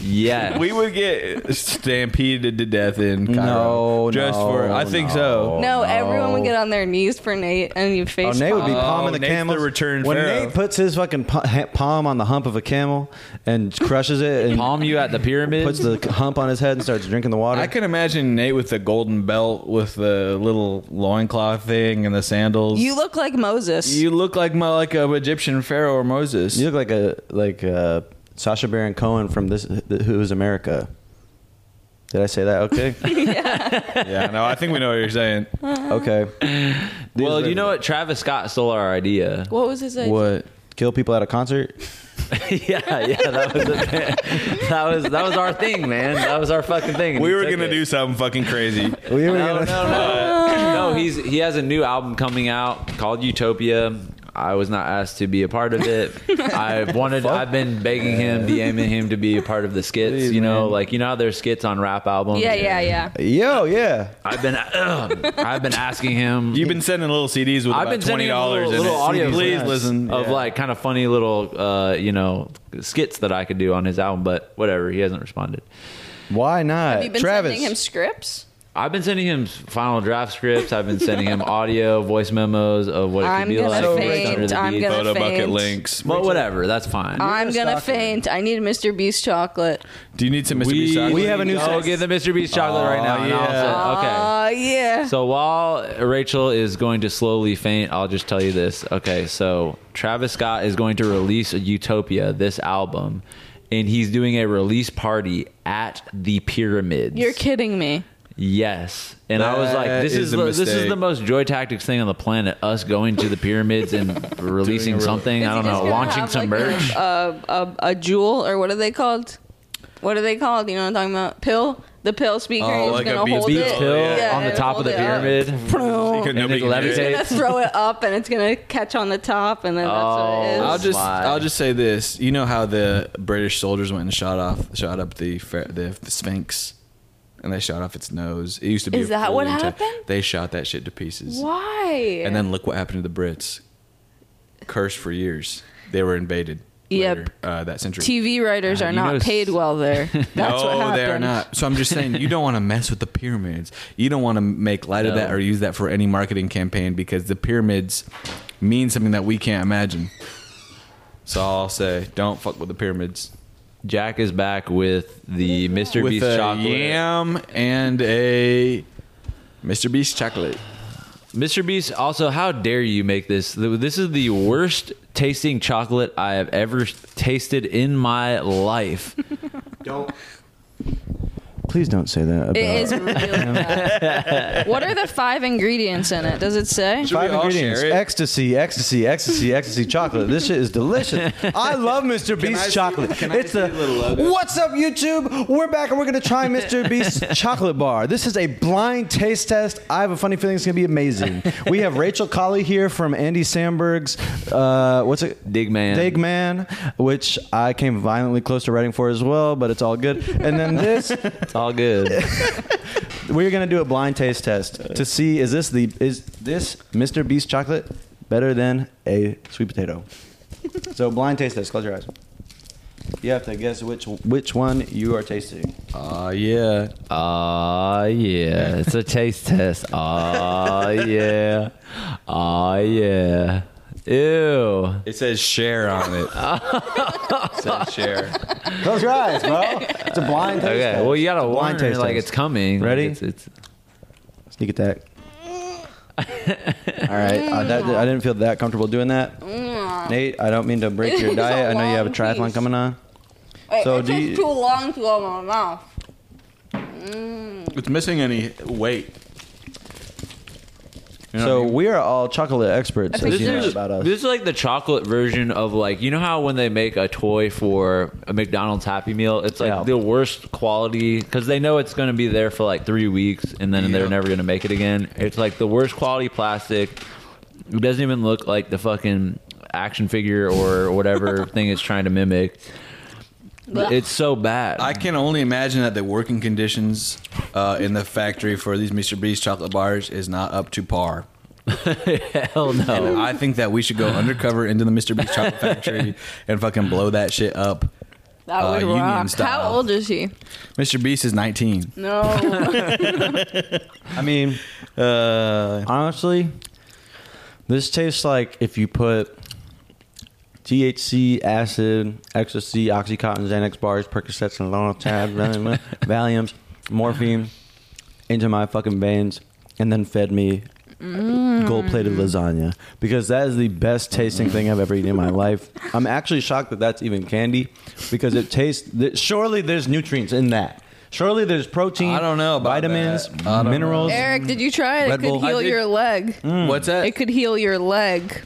Yes. We would get stampeded to death in Cairo. No, just no, for I think no. so. no, everyone would get on their knees for Nate and you Oh, face. Nate would be palm. palming Oh, the Nate's the camel. return when pharaoh. Nate puts his fucking pa- ha- palm on the hump of a camel and crushes it and palm you at the pyramid. puts the hump on his head and starts drinking the water. I can imagine Nate with the golden belt with the little loincloth thing and the sandals. You look like Moses. You look like my like a Egyptian pharaoh or Moses. You look like a like uh, Sasha Baron Cohen from this Who's America. Did I say that? Okay, yeah, no, I think we know what you're saying. okay. well, you know what? Travis Scott stole our idea. what was his idea? What? Kill people at a concert. yeah, yeah, that was a, that was that was our thing, man. That was our fucking thing. and We he were took gonna it. do something fucking crazy. We were gonna- No, no, no. no, he's he has a new album coming out called Utopia. I was not asked to be a part of it. I wanted. I've been begging him, DMing him to be a part of the skits. you know, like you know how there's skits on rap albums. Yeah, yeah, yeah. Yo, yeah. I've been, I've been asking him. You've been sending little CDs with I've about been twenty sending him dollars little, in little it. audio Please clips listen. of Yeah. like kind of funny little, uh, you know, skits that I could do on his album. But whatever, he hasn't responded. Why not? Have you been Travis. sending him scripts? I've been sending him final draft scripts. I've been sending him audio, voice memos of what it could I'm be gonna like. So Under faint. the I'm Beach. gonna photo bucket faint. links. Well, whatever. That's fine. I'm gonna faint. I need Mr. Beast chocolate. Do you need some Mr. Beast chocolate? we have a new Oh, sex- get the Mr. Beast chocolate right now. and I'll yeah. say- okay. Aw, Oh, Uh, yeah. So while Rachel is going to slowly faint, I'll just tell you this. Okay, so Travis Scott is going to release a Utopia, this album, and he's doing a release party at the pyramids. You're kidding me. Yes, and I was like, That "This is, is a the, this is mistake. the most joy tactics thing on the planet. Us going to the pyramids and releasing something. I don't know, launching some merch, A, a, a jewel or what are they called? what are they called? You know what I'm talking about? Pill? The pill speaker Oh, is like a gonna Beats hold pill? Beats it pill Yeah, on the and top of hold the it up. pyramid. Vroom. And it levitates. Gonna throw it up and it's gonna catch on the top and then that's what it Oh. is. I'll just Why? I'll just say this. You know how the British soldiers went and shot off shot up the Ph- the Sphinx, and they shot off its nose. It used to be. a Is that what fully intact- happened? They shot that shit to pieces. Why? And then look what happened to the Brits. Cursed for years. They were invaded. Yep. Later, uh, that century. TV writers Uh, are you not know s- paid well there. That's no, what happened. they are not. So I'm just saying, you don't want to mess with the pyramids. You don't want to make light of that No. or use that for any marketing campaign because the pyramids mean something that we can't imagine. So I'll say, don't fuck with the pyramids. Jack is back with the Mr. with Beast a chocolate. yam and a Mr. Beast chocolate. Mr. Beast, also, how dare you make this? This is the worst tasting chocolate I have ever tasted in my life. Please don't say that. About, It is really bad. What are the five ingredients in it? Does it say? we Five all ingredients: share it? ecstasy, ecstasy, ecstasy, ecstasy, chocolate. This shit is delicious. I love Mr. Beast chocolate. it's the What's up, YouTube? We're back and we're gonna try Mr. Beast's chocolate bar. This is a blind taste test. I have a funny feeling it's gonna be amazing. We have Rachel Colley here from Andy Sandberg's. Uh, what's it? Dig Man. Dig Man, which I came violently close to writing for as well, but it's all good. And then this It's all good. we're gonna do a blind taste test to see is this the is this Mr. Beast chocolate better than a sweet potato? so blind taste test. Close your eyes. You have to guess which which one you are tasting. Ah, yeah. Ah, yeah. It's a taste test. Ah, yeah. Ah, yeah. Ew. It says share on it. it says share. Close your eyes, bro. It's a blind taste Okay. test. Well, you gotta It's a warn her, like test. it's coming. Like, Ready? It's, it's sneak attack. All right, uh, that, I didn't feel that comfortable doing that. Nate, I don't mean to break It's your a diet. I know you have a long triathlon piece. coming on. Wait, So it do takes you- too long to go in my mouth. It's missing any weight. You know so what I mean? we are all chocolate experts. think As this you know is, about us. this is like the chocolate version of like you know how when they make a toy for a McDonald's Happy Meal, it's like Yeah. the worst quality because they know it's going to be there for like three weeks and then Yeah. they're never going to make it again. It's like the worst quality plastic. It doesn't even look like the fucking action figure or whatever thing it's trying to mimic. It's so bad. I can only imagine that the working conditions uh, in the factory for these Mr. Beast chocolate bars is not up to par. Hell no. And I think that we should go undercover into the Mr. Beast chocolate factory and fucking blow that shit up. That Uh, would union rock. style. How old is he? Mr. Beast is 19. No. I mean, Uh, honestly, this tastes like if you put THC, acid, ecstasy, OxyContin, Xanax bars, Percocets, and Lonotab, Valium- Valiums, morphine into my fucking veins, and then fed me Mm. gold-plated lasagna because that is the best tasting thing I've ever eaten in my life. I'm actually shocked that that's even candy because it tastes. th- Surely there's nutrients in that. Surely there's protein. I don't know about vitamins, that. I don't know. minerals. Eric, did you try it? Red it could Bull. I heal did. your leg. Hmm. What's that? It could heal your leg.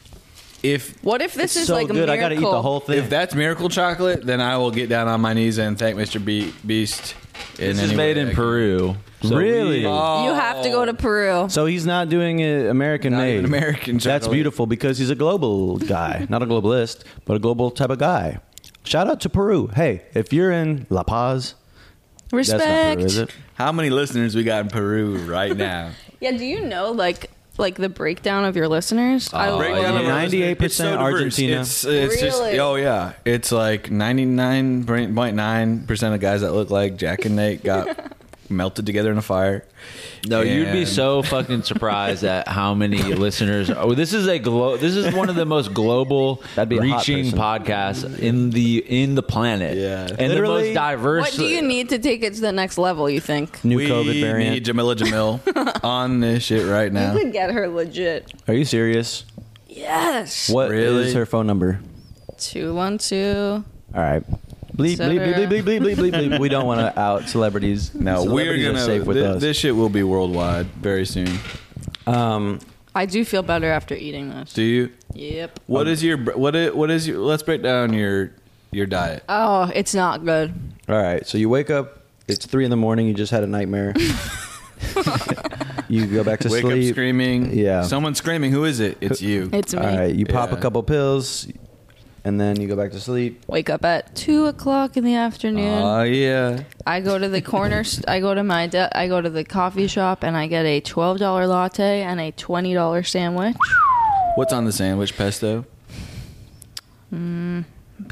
if What if this It's is so like a good. miracle? I gotta eat the whole thing. If that's miracle chocolate, then I will get down on my knees and thank Mr. Be- Beast. In This any is made way I in can. Peru. So Really? we- You have to go Oh. to Peru. So he's not doing it American Not made. even American That's chocolate. beautiful because he's a global guy, not a globalist, but a global type of guy. Shout out to Peru. Hey, if you're in La Paz, Respect. that's not Peru, is it? Oh. How many listeners we got in Peru right now? Yeah, do you know like like the breakdown of your listeners? I Uh, Oh, would- yeah. Breakdown of our 98% listeners. It's so diverse. Argentina. It's, it's just Really? oh yeah, it's like ninety nine point nine percent of guys that look like Jack and Nate got melted together in a fire. No, you'd be And- so fucking surprised at how many listeners. Oh, this is a glo- This is one of the most global That'd be a hot reaching podcasts in the in the planet. Yeah. and the Literally- most diverse. What do you need to take it to the next level, you think? New we COVID need variant. Jamila Jamil on this shit right now. You could get her legit. Are you serious? Yes. What is Really? her phone number? Two one two. All right. Bleep, bleep, Sarah. bleep, bleep, bleep, bleep, bleep, bleep. We don't want to out celebrities. No, we're Celebrities are gonna. safe with thi- us. This shit will be worldwide very soon. um, I do feel better after eating this. Do you? Yep. Um, What is your br- what? Is, what is your? Let's break down your your diet? Oh, it's not good. All right. So you wake up. It's three in the morning. You just had a nightmare. you go back to Wake sleep. up screaming. Yeah. Someone screaming. Who is it? It's you. It's me. All right. You pop Yeah. a couple pills, and then you go back to sleep. Wake up at two o'clock in the afternoon. Uh, Oh yeah. I go to the corner. st- I go to my. De- I go to the coffee shop and I get a twelve dollar latte and a twenty dollar sandwich. What's on the sandwich? Pesto.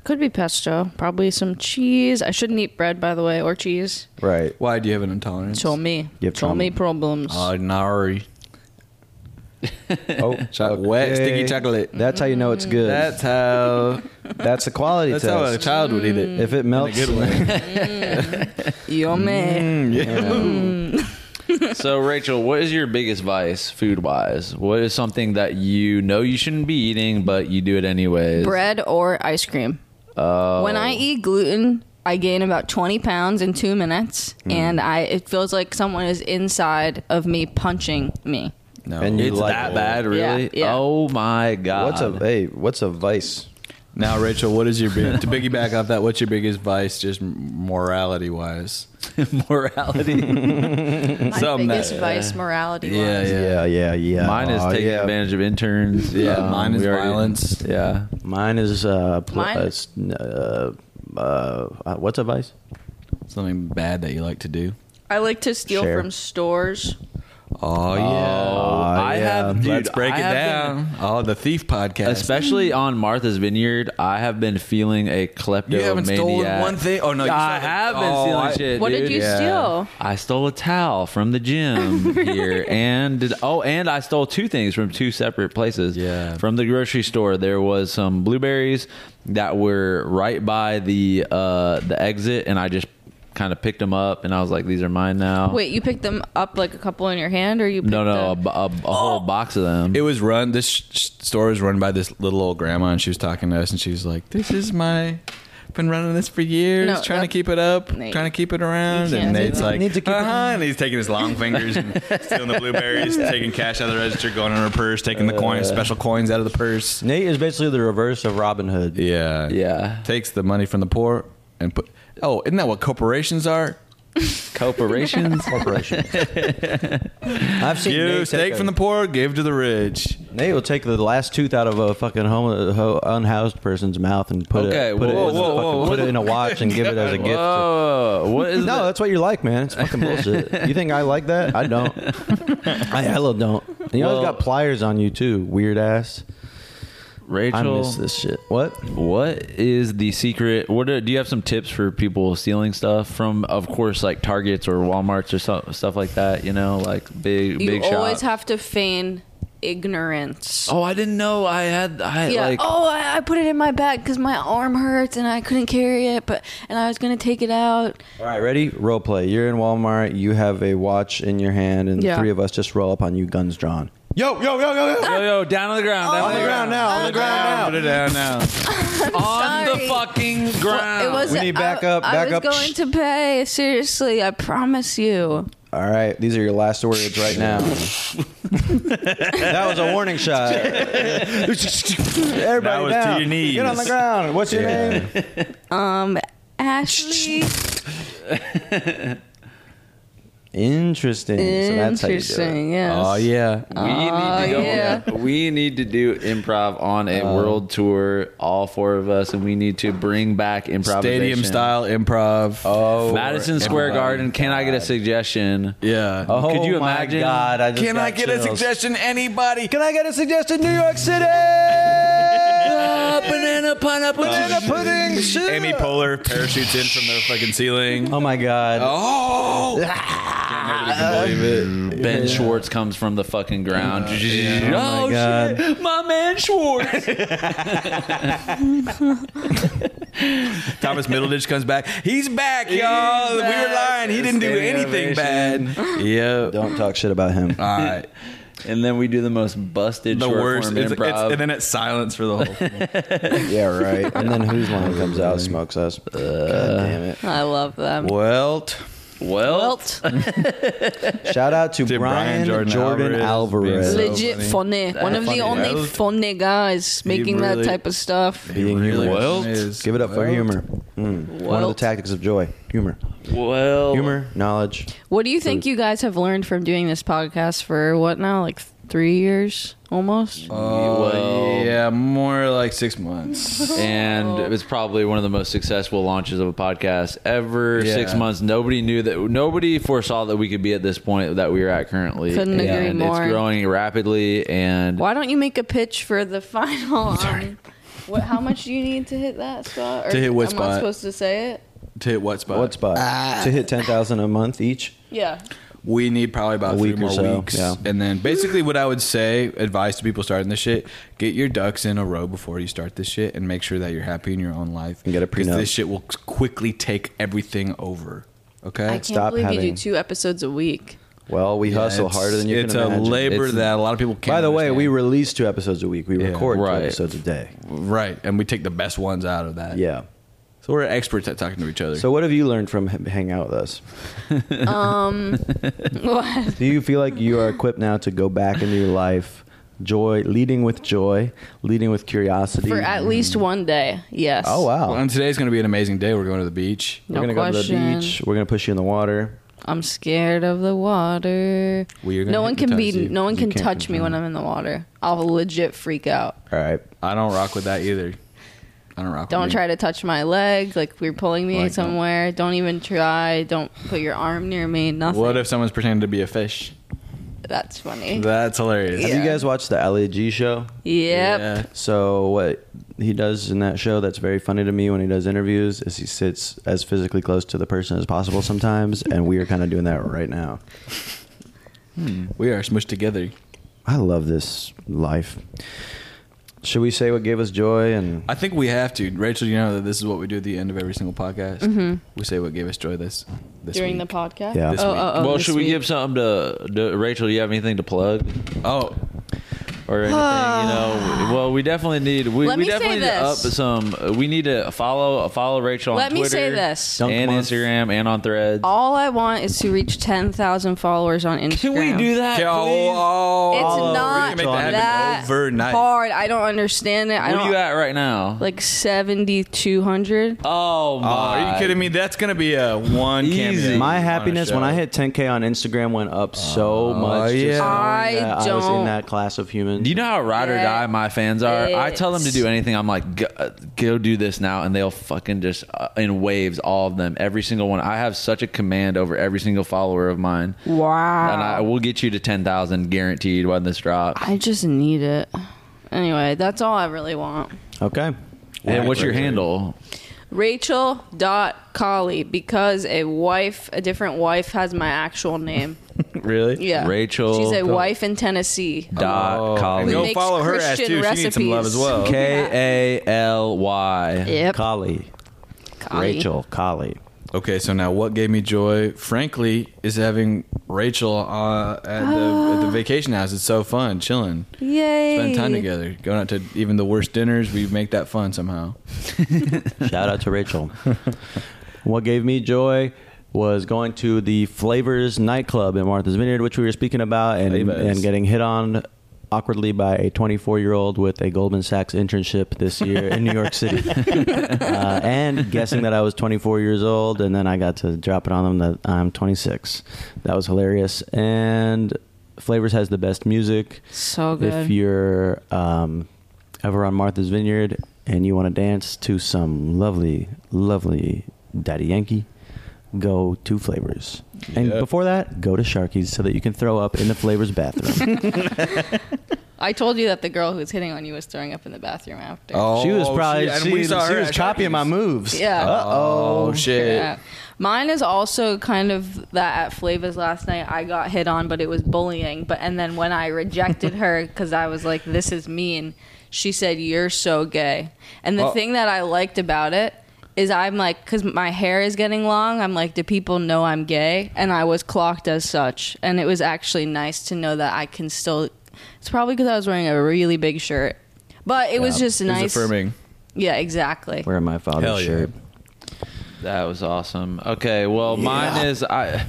Could be pesto. Probably some cheese. I shouldn't eat bread, by the way, or cheese. Right. Why do you have an intolerance? Show me. You have Show me problems. Uh, Oh, nari. Oh, Cho- Wet sticky okay. chocolate. That's how you know it's good. That's how. That's the quality That's how a test. child would eat it. if it melts, good way. Yummy. So, Rachel, what is your biggest vice food wise? What is something that you know you shouldn't be eating, but you do it anyways? Bread or ice cream. When Oh. I eat gluten, I gain about 20 pounds in two minutes, Hmm. and I it feels like someone is inside of me punching me. No, And you It's like- that bad, really? yeah. Oh my god! what's a hey? What's a vice? Now, Rachel, what is your big, to piggyback off that? What's your biggest vice, just morality wise? morality? Mm, My Something biggest that- vice morality Yeah, was. yeah. Yeah, yeah, yeah. Mine is Aw, taking yeah. advantage of interns. Yeah, Um, mine is we already- violence. Yeah, Mine is uh, pl- Mine- uh, s- uh, uh, what's a vice? Something bad that you like to do. I like to steal Share. from stores. Oh yeah, I have- dude, Oh, Let's break I it have down. oh, the thief podcast. especially Hmm. on Martha's Vineyard, I have been feeling a you kleptomaniac. haven't stolen one thing. Oh no, you I stole- have been oh, stealing I- shit. What did dude. you yeah. steal? I stole a towel from the gym here, and did, oh, and I stole two things from two separate places. Yeah. from the grocery store, there was some blueberries that were right by the uh, the exit, and I just kind of picked them up, and I was like, "These are mine now." Wait, you picked them up like a couple in your hand, or you picked no, no, a, them- b- a- a whole box of them. It was run. This sh- sh- store was run by this little old grandma, and she was talking to us, and she was like, "This is my." Been running this for years, No, trying to that- keep it up, Nate. trying to keep it around, You and can't Nate's do like, Need to keep it uh-huh, and he's taking his long fingers and stealing the blueberries, taking cash out of the register, going in her purse, taking the coins, special coins out of the purse. Nate is basically the reverse of Robin Hood. Yeah, yeah, Takes the money from the poor and put. Oh, isn't that what corporations are? corporations. Corporation. I've seen You Nate take a- from the poor, give to the rich. Nate will take the last tooth out of a fucking homeless, ho- unhoused person's mouth and put Okay, it put, whoa, it, in the whoa, fucking- whoa, put whoa. it in a watch and give it as a gift. to- Whoa, what is no, that? that's what you're like, man. It's fucking bullshit. You think I like that? I don't. I hella don't. And you Well- always got pliers on you too, weird ass. Rachel? I miss this shit. What? What is the secret? What are, do you have some tips for people stealing stuff from? Of course, like Targets or WalMarts or so, stuff like that. You know, like big You big always shop. have to feign ignorance. oh, I didn't know I had. I Yeah. like. oh, I, I put it in my bag because my arm hurts and I couldn't carry it, but and I was gonna take it out. All right, ready? Role play. You're in Walmart. You have a watch in your hand, and Yeah. the three of us just roll up on you, guns drawn. Yo, yo, yo, yo, yo. Yo, yo, down on the ground. down on the ground. now. On the Put it down now. On the sorry. fucking ground. It was. We need back I, up, I back was up. going to pay. Seriously, I promise you. All right, these are your last words right now. that was a warning shot. Everybody That was to down. your knees. Get on the ground. What's your name? Ashley, Interesting. So that's how you do it. interesting. Yes. Oh yeah. We need to go. Ah, yeah. We need to do improv on a world tour, all four of us, and we need to bring back improv. Stadium style improv. Oh, Madison Square Garden. Can I get a suggestion? Yeah. Oh Could you my imagine? God, I just Can got I get chills. a suggestion? Anybody? Can I get a suggestion? New York City. Banana Banana pineapple. pudding. shit. Amy Poehler parachutes in from the fucking ceiling. Oh my God. Oh. Nobody can believe it. Ben Schwartz comes from the fucking ground. Oh my God. shit, my man Schwartz. Thomas Middleditch comes back. He's back, y'all. we were lying. He didn't do anything bad. Yep. Don't talk shit about him. All right. and then we do the most busted, The short worst. form It's, it's, improv. and then it's silence for the whole thing. yeah, right. And then whose line comes out, smokes us. God damn it. I love them. Welt. Well, Belt. Shout out to, To Brian Brian, Jordan Jordan, Alvarez. Alvarez, So Legit funny. funny. One of funny. the only That was- funny guys making really- that type of stuff. being really humorous. Well, is. Give it up for Well, humor. Mm. One of the Well. tactics of joy, humor, well, humor, knowledge. What do you think you guys have learned from doing this podcast for what now, like three years almost? Uh, yeah, more like six months. and it was probably one of the most successful launches of a podcast ever. Yeah. Six months. Nobody knew that. Nobody foresaw that we could be at this point that we are at currently. Couldn't and agree more. It's growing rapidly, and Why don't you make a pitch for the final? Um, what? How much do you need to hit that spot? Or To hit what am spot? I supposed to say it? to hit what spot? What spot to hit ten thousand a month each? Yeah. we need probably about A three week or more so, weeks. yeah. And then basically what I would say, advice to people starting this shit, get your ducks in a row before you start this shit and make sure that you're happy in your own life. And get a Because prenup. this shit will quickly take everything over. Okay? I can't stop believe you having- do two episodes a week. Well, we Yeah, hustle it's- harder than you It's can a imagine. labor It's- that a lot of people can't By the way, we understand. release two episodes a week. We Yeah, record right. two episodes a day. Right. And we take the best ones out of that. Yeah. So we're experts at talking to each other. So, what have you learned from h- hanging out with us? What? Do you feel like you are equipped now to go back into your life, joy, leading with joy, leading with curiosity? Mm. for at least one day? Yes. oh wow, well, and today's going to be an amazing day. We're going to the beach. we're No gonna go to the question. beach. We're gonna push you in the water. I'm scared of the water. Well, you're gonna no one can be. hypnotize you No one because you can can't touch me control when I'm in the water. I'll legit freak out. All right. I don't rock with that either. I don't rock Don't with try to touch my leg. Like if you're pulling me Like, somewhere. Don't even try. Don't put your arm near me. Nothing. What if someone's pretending to be a fish? That's funny. That's hilarious. Have you guys watched the LAG show? yep. Yeah. So what he does in that show that's very funny to me when he does interviews is he sits as physically close to the person as possible sometimes, and we are kind of doing that right now. We are smushed together. I love this life. Should we say what gave us joy and I think we have to. Rachel, you know that this is what we do at the end of every single podcast. We say what gave us joy this this Mm-hmm. During week. the podcast. Yeah. This Oh, week. oh, oh, well, this should we week. give something to, to Rachel? Do you have anything to plug Oh, or anything? you know, well, we definitely need. We, Let we me say definitely need to up this. some. We need to follow follow Rachel on Let me Twitter. say this. Dunk and month. Instagram and on Threads. All I want is to reach ten thousand followers on Instagram. Can we do that? Yeah, oh, please? oh, It's oh, not we can make that, happen that overnight. hard. I don't understand it. I Where don't are you at right now? like seventy two hundred. oh my! Oh, are you kidding me? That's gonna be a one. Easy. cameo My on a happiness when show. I hit 10k on Instagram went up so much. just yeah. knowing I that I was in don't- that class of humans. Do you know how ride or Yeah. die my fans are? I tell them to do It's- anything. I'm like, go, uh, go do this now, and they'll fucking just uh, in waves, all of them, every single one. I have such a command over every single follower of mine, Wow. and I will get you to ten thousand guaranteed when this drops. I just need it. Anyway, that's all I really want. okay. And what's your handle? Rachel dot Colley because a wife, a different wife, has my actual name. really. Yeah, Rachel She's a wife in Tennessee. Dot Oh. And Collie. go makes follow her ass Christian too. She needs some love as recipes. well. K A L Y. Yep, Collie. Colley. Rachel. Collie. Okay, so now what gave me joy, frankly, is having Rachel uh, at, the, at the vacation house. It's so fun, chilling, Ah. Yay! spend time together, going out to even the worst dinners. We make that fun somehow. Shout out to Rachel. what gave me joy was going to the Flavors nightclub in Martha's Vineyard, which we were speaking about, and, Flavors. and getting hit on awkwardly by a 24 year old with a Goldman Sachs internship this year in New York City. uh, and guessing that I was 24 years old, and then I got to drop it on them that I'm 26. That was hilarious. And Flavors has the best music. So good. If you're um, ever on Martha's Vineyard and you want to dance to some lovely, lovely Daddy Yankee, go to Flavors. And Yep. before that, go to Sharky's so that you can throw up in the Flavors bathroom. I told you that the girl who was hitting on you was throwing up in the bathroom after. Oh, she was probably she- and she, we saw she her was at copying my Sharky's. moves. Uh, Yeah. Oh, shit! Yeah. Mine is also kind of that at Flavas last night. I got hit on, but it was bullying. But and then when I rejected her because I was like, "This is mean," she said, "You're so gay." And the Oh. thing that I liked about it is I'm like, because my hair is getting long. I'm like, do people know I'm gay? And I was clocked as such. And it was actually nice to know that I can still. It's probably because I was wearing a really big shirt, but it was just It was nice. affirming. Yeah, exactly. Wearing my father's Hell yeah. shirt. That was awesome. Okay, well, mine is I.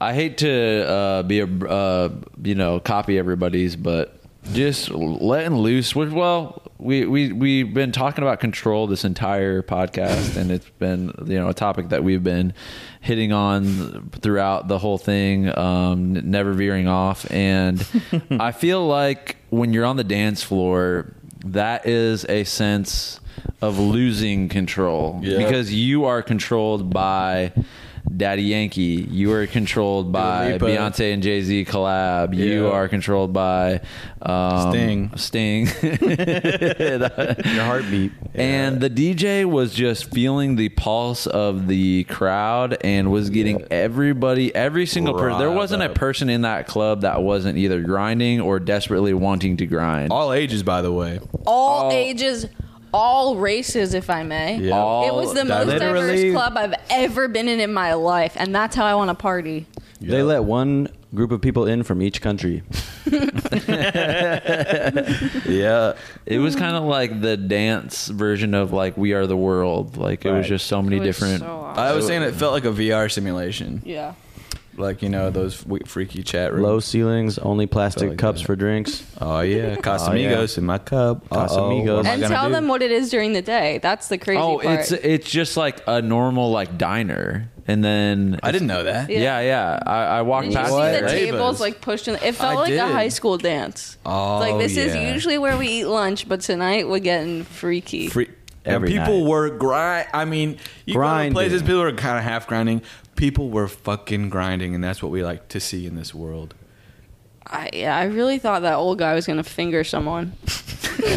I hate to uh, be a uh, you know copy everybody's, but just letting loose. Which, well, we we we've been talking about control this entire podcast, and it's been you know a topic that we've been hitting on throughout the whole thing, um, n- never veering off. And I feel like when you're on the dance floor, that is a sense of losing control Yeah. because you are controlled by Daddy Yankee. You are controlled by Lipa. Beyonce and Jay Z collab. You Yeah. are controlled by um, Sting. Sting. Your heartbeat. And the DJ was just feeling the pulse of the crowd and was getting everybody, every single person. There Riled wasn't a up. person in that club that wasn't either grinding or desperately wanting to grind. All ages, by the way. all, All- ages, all races, if I may. Yeah. All- it was the that- most Literally- diverse club I've ever been in in my life, and that's how I want to party. They let one group of people in from each country. Yeah. It was kind of like the dance version of like We Are the World. Like it was Right. just so many It was different. so awesome. I was saying it felt like a VR simulation. Yeah. Like, you know, those we- freaky chat rooms. Low ceilings, only plastic like cups that. for drinks. Oh, yeah. Casamigos in my cup. Uh-oh. Casamigos. What am I And gonna tell do? them what it is during the day. That's the crazy oh, part. it's it's just like a normal like diner, and then I didn't know that. Yeah. Yeah, yeah. I, I walked Did you past see it. the Ravens. tables like pushed in? It felt I like did. a high school dance. Oh, It's like this yeah. is usually where we eat lunch, but tonight we're getting freaky. Free- and Every people night. were grind. I mean, you Grinding. go to places, people were kind of half grinding. People were fucking grinding, and that's what we like to see in this world. I, yeah, I really thought that old guy was gonna finger someone.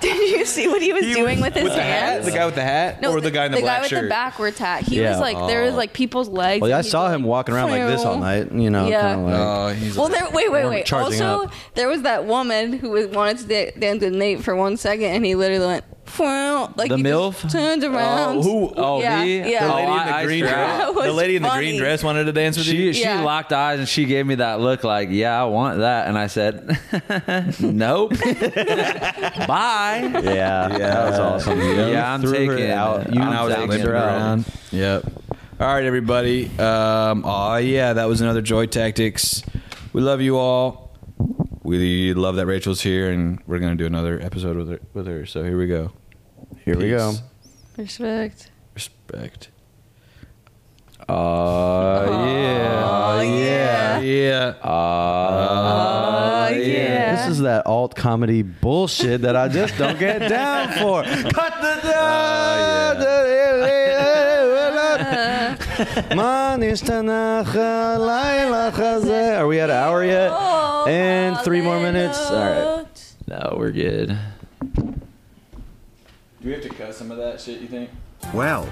Did you see what he was doing with his hands? the guy with the hat, or the guy in the, black with shirt. the backwards hat. He Yeah. was like, there was like people's legs. Well, I and he'd saw be him like, walking around like this all "Meow." night. You know, Yeah. kind of like. Oh, he's Well, like- there, wait, wait, Warm- wait. charging Also, up. there was that woman who was, wanted to da- dance with Nate for one second, and he literally went, "Phew," like The he just MILF? turned around. Oh, who? Oh, yeah, me? Yeah. the lady in the Oh, I- I green screwed dress. up. That The was lady in the funny. green dress wanted to dance with She you. she Yeah. locked eyes and she gave me that look like, yeah, I want that, and I said, nope, bye. Yeah, that was awesome. You Yeah, I'm threw her taking it out. You I'm and I was taking limping her out. around. Yep. All right, everybody. Um, oh yeah, that was another Joy Tactics. We love you all. We love that Rachel's here, and we're gonna do another episode with her. With her. So here we go. Here we go. Peace. Respect. Respect. Uh, yeah. Oh yeah. Yeah. Oh This yeah. is that alt comedy bullshit that I just don't get down for. Cut the Man is Tanakh, Laila Chazeh. Are we at an hour yet? Oh, And three more minutes. All right. No, we're good. Do we have to cut some of that shit? You think? Well,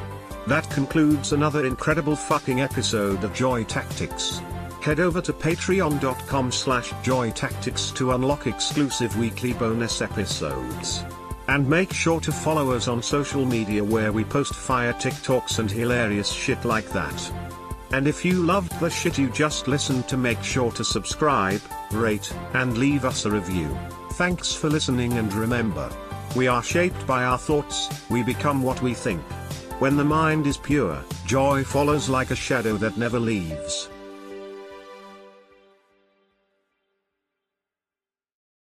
that concludes another incredible fucking episode of Joy Tactics. Head over to patreon.com slash joy tactics to unlock exclusive weekly bonus episodes. And make sure to follow us on social media where we post fire TikToks and hilarious shit like that. And if you loved the shit you just listened to, make sure to subscribe, rate, and leave us a review. Thanks for listening and remember, we are shaped by our thoughts, we become what we think. When the mind is pure, joy follows like a shadow that never leaves.